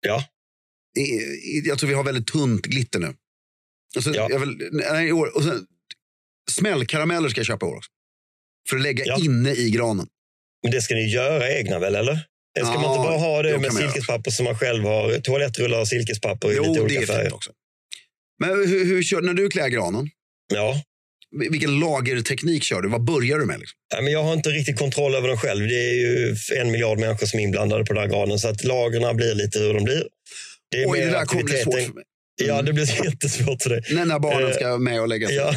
Speaker 2: Ja.
Speaker 1: I, i, jag tror vi har väldigt tunt glitter nu. Och så,
Speaker 2: Ja.
Speaker 1: jag vill, nej, i år, och sen, smällkarameller ska jag köpa i år också. För att lägga
Speaker 2: Ja.
Speaker 1: inne i granen.
Speaker 2: Men det ska ni göra egna väl, eller? Eller Ska
Speaker 1: Ja,
Speaker 2: man inte bara ha
Speaker 1: det
Speaker 2: det
Speaker 1: kan
Speaker 2: med
Speaker 1: man göra.
Speaker 2: silkespapper som man själv har? eh, Toalettrullar och silkespapper i lite
Speaker 1: Jo, det
Speaker 2: olika
Speaker 1: är
Speaker 2: färger.
Speaker 1: fint också. Men hur, hur kör, när du klär granen,
Speaker 2: Ja.
Speaker 1: vil- vilken lagerteknik kör du? Vad börjar du med? Liksom?
Speaker 2: Ja, men jag har inte riktigt kontroll över dem själv. Det är ju en miljard människor som är inblandade på den här granen så att lagren blir lite hur de blir. Det är
Speaker 1: Oj,
Speaker 2: mer
Speaker 1: det där kommer bli svårt
Speaker 2: aktiviteten-
Speaker 1: för mig.
Speaker 2: Ja, det blir jättesvårt för dig.
Speaker 1: När, när barnen
Speaker 2: Eh,
Speaker 1: ska med och lägga sig.
Speaker 2: Ja.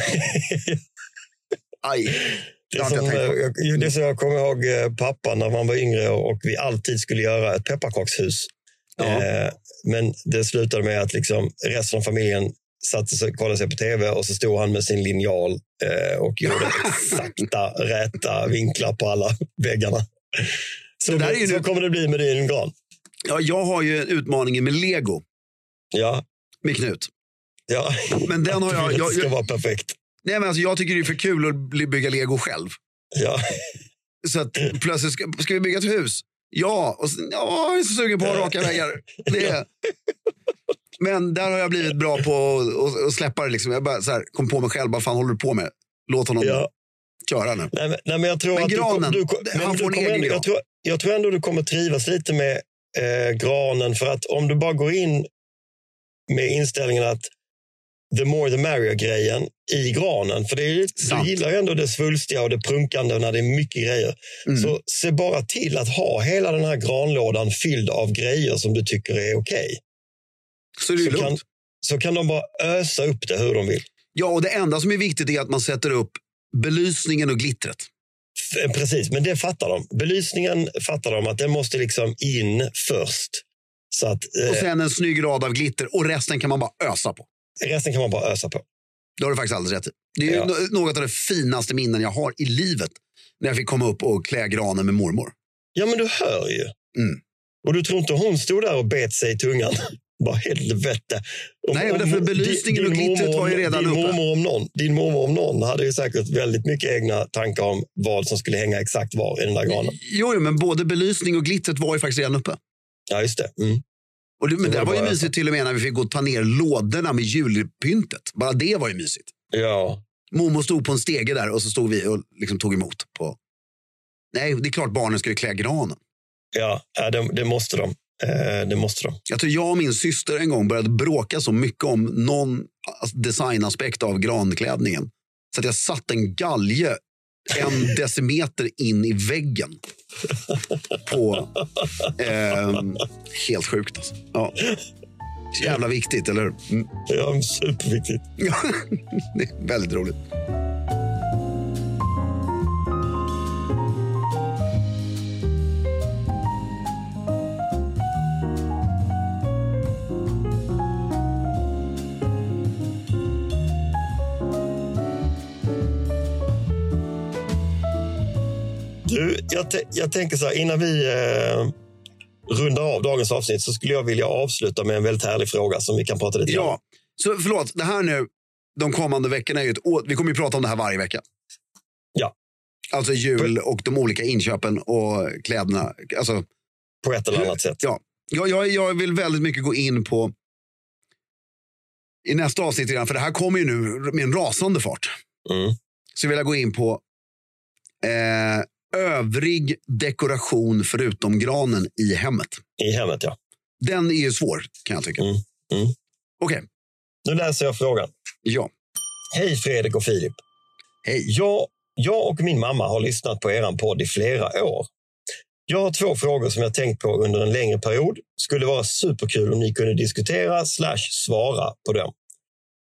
Speaker 1: Aj.
Speaker 2: Det,
Speaker 1: Det
Speaker 2: är
Speaker 1: har inte
Speaker 2: som,
Speaker 1: jag tänkt på.
Speaker 2: eh, jag- jo, det är som jag kommer ihåg eh, pappa när man var yngre och och vi alltid skulle göra ett pepparkakshus.
Speaker 1: Ja.
Speaker 2: Eh, Men det slutade med att liksom resten av familjen satte sig, kollade sig på tv och så stod han med sin linjal eh, och gjorde exakta räta vinklar på alla väggarna. Så,
Speaker 1: Det där är ju
Speaker 2: så
Speaker 1: nu-
Speaker 2: kommer det bli med din gran.
Speaker 1: Ja, jag har ju utmaningen med lego
Speaker 2: Ja,
Speaker 1: med Knut.
Speaker 2: ja.
Speaker 1: Men den har
Speaker 2: Du vill
Speaker 1: jag...
Speaker 2: att
Speaker 1: jag,
Speaker 2: det ska
Speaker 1: jag
Speaker 2: vara perfekt.
Speaker 1: nej, men alltså, jag tycker det är för kul att bli- bygga lego själv.
Speaker 2: Ja,
Speaker 1: Så att plötsligt, ska, ska vi bygga ett hus? Ja, och sen, ja, jag är så sugen på raka vägar. Det är. Men där har jag blivit bra på att- att- att släppa det. Liksom. Jag bara så här, kom på mig själv, vad fan håller du på med? Låt honom
Speaker 2: Ja.
Speaker 1: köra nu.
Speaker 2: Nej, men, nej, men jag tror
Speaker 1: Men
Speaker 2: att du kom-
Speaker 1: granen,
Speaker 2: du, kom-
Speaker 1: det-
Speaker 2: nej, men
Speaker 1: han
Speaker 2: du
Speaker 1: får en
Speaker 2: kommer
Speaker 1: egen
Speaker 2: ändå- jag
Speaker 1: gran.
Speaker 2: tror- Jag tror ändå du kommer trivas lite med eh, granen. För att om du bara går in med inställningen att the more the merrier-grejen i granen. För det är, ju-
Speaker 1: Sant.
Speaker 2: du gillar ju ändå det svulstiga och det prunkande när det är mycket grejer.
Speaker 1: Mm.
Speaker 2: Så se bara till att ha hela den här granlådan fylld av grejer som du tycker är okej.
Speaker 1: Så är det ju
Speaker 2: Så kan-
Speaker 1: lugnt.
Speaker 2: Så kan de bara ösa upp det hur de vill.
Speaker 1: Ja, och det enda som är viktigt är att man sätter upp belysningen och glittret.
Speaker 2: F- Precis, men det fattar de. Belysningen fattar de att den måste liksom in först. Så att
Speaker 1: Och
Speaker 2: eh,
Speaker 1: sen en snygg rad av glitter och resten kan man bara ösa på.
Speaker 2: resten kan man bara ösa på.
Speaker 1: Det har du faktiskt alldeles rätt i. Det är ju
Speaker 2: Ja.
Speaker 1: no- något av det finaste minnen jag har i livet. När jag fick komma upp och klä granen med mormor.
Speaker 2: Ja, men du hör ju.
Speaker 1: Mm.
Speaker 2: Och du tror inte hon stod där och bet sig i tungan? Bara helvete. Om-
Speaker 1: Nej, men därför
Speaker 2: om-
Speaker 1: belysningen och glittret
Speaker 2: mormor om-
Speaker 1: var ju redan
Speaker 2: din
Speaker 1: uppe.
Speaker 2: Mormor om någon, din mormor om någon hade ju säkert väldigt mycket egna tankar om vad som skulle hänga exakt var i den där granen.
Speaker 1: Jo, jo, men både belysning och glittret var ju faktiskt redan uppe.
Speaker 2: Ja, just det. Mm.
Speaker 1: Och det, men
Speaker 2: Så
Speaker 1: det
Speaker 2: var det
Speaker 1: var ju
Speaker 2: bara
Speaker 1: mysigt till och med när vi fick gå och ta ner lådorna med julpyntet. Bara det var ju mysigt.
Speaker 2: Ja.
Speaker 1: Momo stod på en stege där och så stod vi och liksom tog emot. på... Nej, det är klart barnen ska ju klä granen.
Speaker 2: Ja, ja det, det måste de. Eh, det måste de.
Speaker 1: Jag tror jag och min syster en gång började bråka så mycket om någon alltså, designaspekt av granklädningen. Så att jag satt en galge en decimeter in i väggen. På... ehm, helt sjukt alltså. Ja. Så Jävla viktigt, eller hur? Mm.
Speaker 2: Ja, superviktigt.
Speaker 1: Ja, det är väldigt roligt.
Speaker 2: Du, jag, te- jag tänker så här, innan vi eh, rundar av dagens avsnitt så skulle jag vilja avsluta med en väldigt härlig fråga som vi kan prata lite om.
Speaker 1: Ja, så förlåt, det här nu, de kommande veckorna är ju ett år, vi kommer ju prata om det här varje vecka.
Speaker 2: Ja.
Speaker 1: Alltså jul och de olika inköpen och kläderna. Alltså,
Speaker 2: På ett eller annat sätt.
Speaker 1: ja. jag, jag, jag vill väldigt mycket gå in på i nästa avsnitt redan, för det här kommer ju nu med en rasande fart.
Speaker 2: Mm.
Speaker 1: Så vill jag gå in på eh, övrig dekoration förutom granen i hemmet.
Speaker 2: I hemmet, ja.
Speaker 1: Den är ju svår kan jag tycka.
Speaker 2: Mm, mm.
Speaker 1: Okej,
Speaker 2: Nu läser jag frågan.
Speaker 1: ja.
Speaker 2: Hej Fredrik och Filip.
Speaker 1: Hej.
Speaker 2: Jag, jag och min mamma har lyssnat på er podd i flera år. Jag har två frågor som jag tänkt på under en längre period. Skulle vara superkul om ni kunde diskutera slash svara på dem.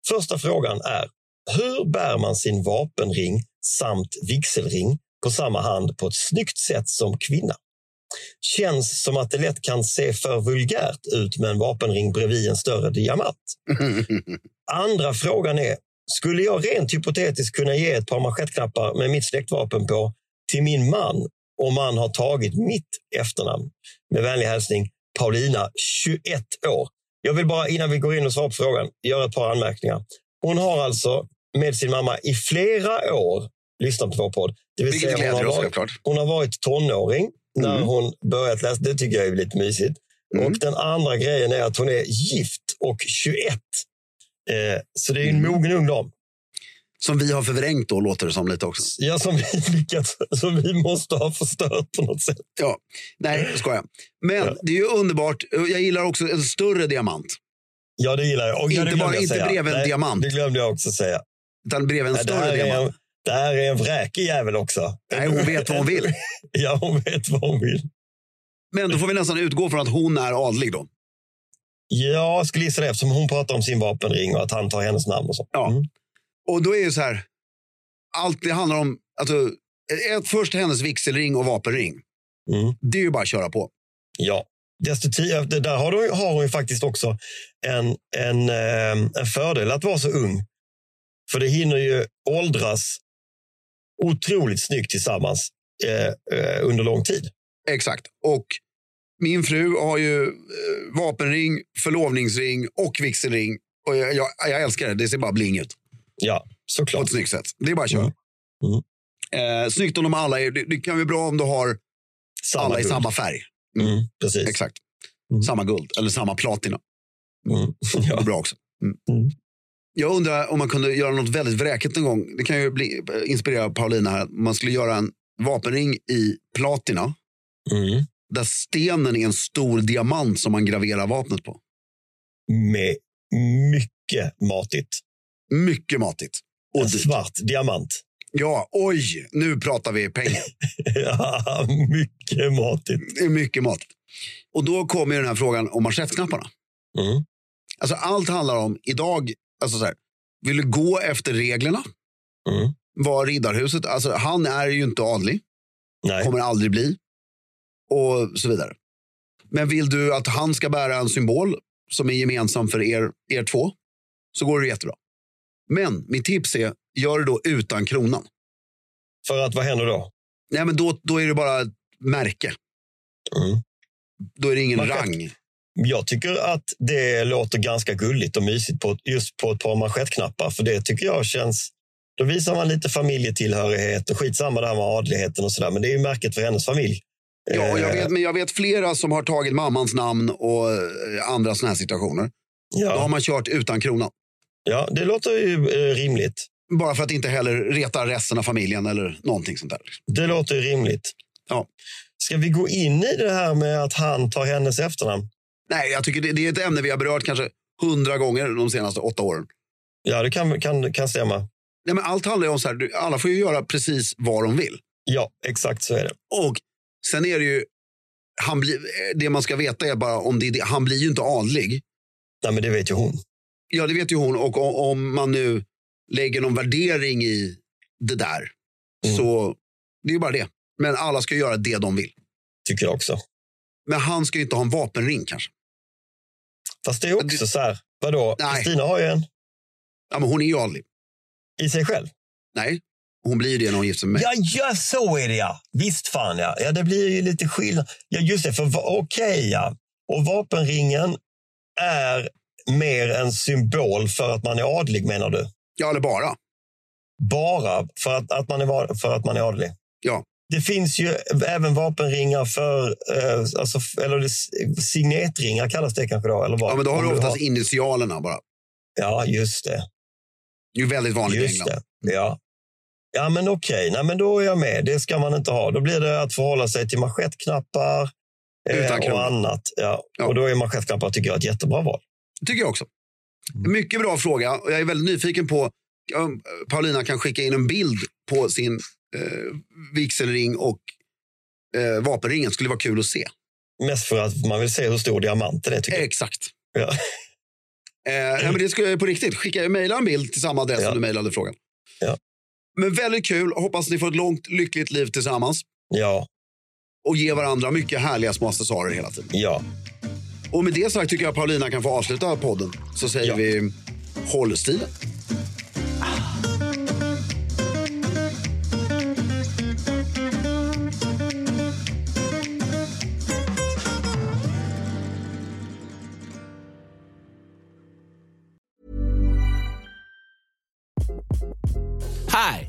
Speaker 2: Första frågan är, hur bär man sin vapenring samt vigselring på samma hand på ett snyggt sätt som kvinna? Känns som att det lätt kan se för vulgärt ut med en vapenring bredvid en större diamant. Andra frågan är, skulle jag rent hypotetiskt kunna ge ett par manschettknappar med mitt släktvapen på till min man om man har tagit mitt efternamn? Med vänlig hälsning Paulina, 21 år. Jag vill bara innan vi går in och svarar på frågan göra ett par anmärkningar. Hon har alltså med sin mamma i flera år lyssnat på vår podd. Det vill
Speaker 1: Vilket
Speaker 2: säga hon
Speaker 1: gläder
Speaker 2: har,
Speaker 1: oss
Speaker 2: varit,
Speaker 1: självklart.
Speaker 2: hon har varit tonåring när
Speaker 1: Mm.
Speaker 2: hon börjat läsa. Det tycker jag är lite mysigt.
Speaker 1: Mm.
Speaker 2: Och den andra grejen är att hon är gift och 21. Eh, så det är ju en
Speaker 1: Mm.
Speaker 2: mogen ung dam.
Speaker 1: Som vi har förvrängt då, låter det som lite också.
Speaker 2: Ja, som vi, lyckats, som vi måste ha förstört på något sätt.
Speaker 1: Nej, skojar. Men
Speaker 2: Ja.
Speaker 1: det är ju underbart. Jag gillar också en större diamant.
Speaker 2: Ja, det gillar jag. Och ja, det
Speaker 1: inte
Speaker 2: glömde
Speaker 1: bara
Speaker 2: jag
Speaker 1: inte
Speaker 2: säga.
Speaker 1: bredvid en
Speaker 2: Nej,
Speaker 1: diamant,
Speaker 2: Det glömde jag också säga.
Speaker 1: utan bredvid en
Speaker 2: Nej, det,
Speaker 1: större
Speaker 2: här är
Speaker 1: diamant.
Speaker 2: en, det här är en vräkig jävel också.
Speaker 1: Nej, hon vet vad hon vill.
Speaker 2: Ja, hon vet vad hon vill.
Speaker 1: Men då får vi nästan utgå från att hon är adlig då.
Speaker 2: Ja, jag skulle gissa det eftersom hon pratar om sin vapenring och att han tar hennes namn och så.
Speaker 1: Ja.
Speaker 2: Mm.
Speaker 1: Och då är ju så här, allt det handlar om, alltså, ett, först hennes vigselring och vapenring.
Speaker 2: Mm.
Speaker 1: Det är ju bara att köra på.
Speaker 2: Ja, desto tidigare. det Där har hon, ju- har hon ju faktiskt också en, en, eh, en fördel att vara så ung. För det hinner ju åldras otroligt snyggt tillsammans eh, eh, under lång tid.
Speaker 1: Exakt. Och min fru har ju eh, vapenring, förlovningsring och vigselring. Och jag, jag, jag älskar det, det ser bara bling ut.
Speaker 2: Ja,
Speaker 1: På
Speaker 2: såklart.
Speaker 1: Alltså, ett snyggt sätt. Det är bara att köra.
Speaker 2: Mm. Mm.
Speaker 1: Eh, snyggt om de alla är, det, det kan vara bra om du har
Speaker 2: Samma
Speaker 1: alla i
Speaker 2: guld.
Speaker 1: samma färg.
Speaker 2: Mm, precis.
Speaker 1: Exakt.
Speaker 2: Mm.
Speaker 1: Samma guld eller samma platina.
Speaker 2: Mm.
Speaker 1: Det är
Speaker 2: Ja.
Speaker 1: bra också. Mm.
Speaker 2: Mm.
Speaker 1: Jag undrar om man kunde göra något väldigt vräkigt någon gång. Det kan ju bli, inspirera Paulina här. Om Man skulle göra en vapenring i platina
Speaker 2: Mm.
Speaker 1: där stenen är en stor diamant som man graverar vapnet på.
Speaker 2: Med mycket matigt.
Speaker 1: Mycket matigt. Och
Speaker 2: En
Speaker 1: dyrt.
Speaker 2: svart diamant.
Speaker 1: Ja, oj, nu pratar vi pengar.
Speaker 2: Ja, mycket matigt.
Speaker 1: Det är mycket mat. Och då kommer ju den här frågan om manschettknapparna.
Speaker 2: Mm.
Speaker 1: Alltså allt handlar om idag, alltså så här, vill du gå efter reglerna?
Speaker 2: Mm.
Speaker 1: Var riddarhuset, alltså han är ju inte adlig,
Speaker 2: Nej.
Speaker 1: kommer aldrig bli och så vidare. Men vill du att han ska bära en symbol som är gemensam för er, er två så går det jättebra. Men mitt tips är, gör det då utan kronan.
Speaker 2: För att vad händer då?
Speaker 1: Nej, men då, då är det bara ett märke.
Speaker 2: Mm.
Speaker 1: Då är det ingen
Speaker 2: Man kan-
Speaker 1: rang.
Speaker 2: Jag tycker att det låter ganska gulligt och mysigt på, just på ett par manschettknappar. För det tycker jag känns... Då visar man lite familjetillhörighet och skitsamma där med adligheten och sådär. Men det är ju märket för hennes familj.
Speaker 1: Ja, och jag
Speaker 2: Eh,
Speaker 1: vet, men jag vet flera som har tagit mammans namn och eh, andra såna här situationer. Då har
Speaker 2: Ja,
Speaker 1: man kört utan krona.
Speaker 2: ja, det låter ju eh, rimligt.
Speaker 1: Bara för att inte heller reta resten av familjen eller någonting sånt där.
Speaker 2: Det låter ju rimligt.
Speaker 1: Ja.
Speaker 2: Ska vi gå in i det här med att han tar hennes efternamn?
Speaker 1: Nej, jag tycker det, det är ett ämne vi har berört kanske hundra gånger de senaste åtta åren.
Speaker 2: Ja, det kan, kan, kan stämma.
Speaker 1: Nej, men allt handlar ju om så här, du- alla får ju göra precis vad de vill.
Speaker 2: Ja, exakt så är det.
Speaker 1: Och sen är det ju, han blir- eh, det man ska veta är bara om det, är det han blir ju inte adlig.
Speaker 2: Nej, men det vet ju hon.
Speaker 1: Ja, det vet ju hon. Och o- om man nu lägger någon värdering i det där
Speaker 2: Mm.
Speaker 1: så det är ju bara det. Men alla ska göra det de vill.
Speaker 2: Tycker jag också.
Speaker 1: Men han ska ju inte ha en vapenring kanske.
Speaker 2: Fast det är också så här, vadå?
Speaker 1: Nej.
Speaker 2: Kristina har ju en
Speaker 1: Ja, men hon är ju adlig.
Speaker 2: i sig själv.
Speaker 1: Nej, hon blir ju det när hon gifter sig med mig.
Speaker 2: Ja, ja, så är det ja. Visst fan ja. Ja, det blir ju lite skillnad. Ja, just det. För va- okej ja. Och vapenringen är mer en symbol för att man är adlig menar du?
Speaker 1: Ja, eller bara.
Speaker 2: Bara för att, att, man, är, va- för att man är adlig?
Speaker 1: Ja.
Speaker 2: Det finns ju även vapenringar för, eh, alltså, f- eller det, s- signetringar kallas det kanske då? Eller vad?
Speaker 1: Ja, men då har
Speaker 2: Om
Speaker 1: du oftast
Speaker 2: har-
Speaker 1: initialerna bara.
Speaker 2: Ja, just det.
Speaker 1: Det är ju väldigt vanligt i
Speaker 2: Just
Speaker 1: England.
Speaker 2: det. Ja. Ja, men okej. Nej, men då är jag med. Det ska man inte ha. Då blir det att förhålla sig till manschettknappar
Speaker 1: Utan
Speaker 2: eh,
Speaker 1: krona.
Speaker 2: och annat. Ja.
Speaker 1: Ja.
Speaker 2: Och då är manschettknappar, tycker jag, ett jättebra val.
Speaker 1: Det tycker jag också.
Speaker 2: Mm.
Speaker 1: Mycket bra fråga. Och jag är väldigt nyfiken på om Paulina kan skicka in en bild på sin eh, vigselring och eh, vapenringen. Skulle vara kul att se.
Speaker 2: Mest för att man vill se hur stor diamanten är, tycker jag.
Speaker 1: Exakt.
Speaker 2: Ja.
Speaker 1: Eh, ja, men det ska jag på riktigt. Skicka, mejla en bild till samma adress
Speaker 2: Ja.
Speaker 1: som du mejlade frågan.
Speaker 2: Ja.
Speaker 1: Men väldigt kul. Hoppas ni får ett långt, lyckligt liv tillsammans
Speaker 2: Ja,
Speaker 1: och ge varandra mycket härliga små accessoarer hela tiden.
Speaker 2: ja.
Speaker 1: Och med det sagt tycker jag Paulina kan få avsluta podden. Så säger
Speaker 2: Ja.
Speaker 1: vi håll stilen.
Speaker 5: Hi,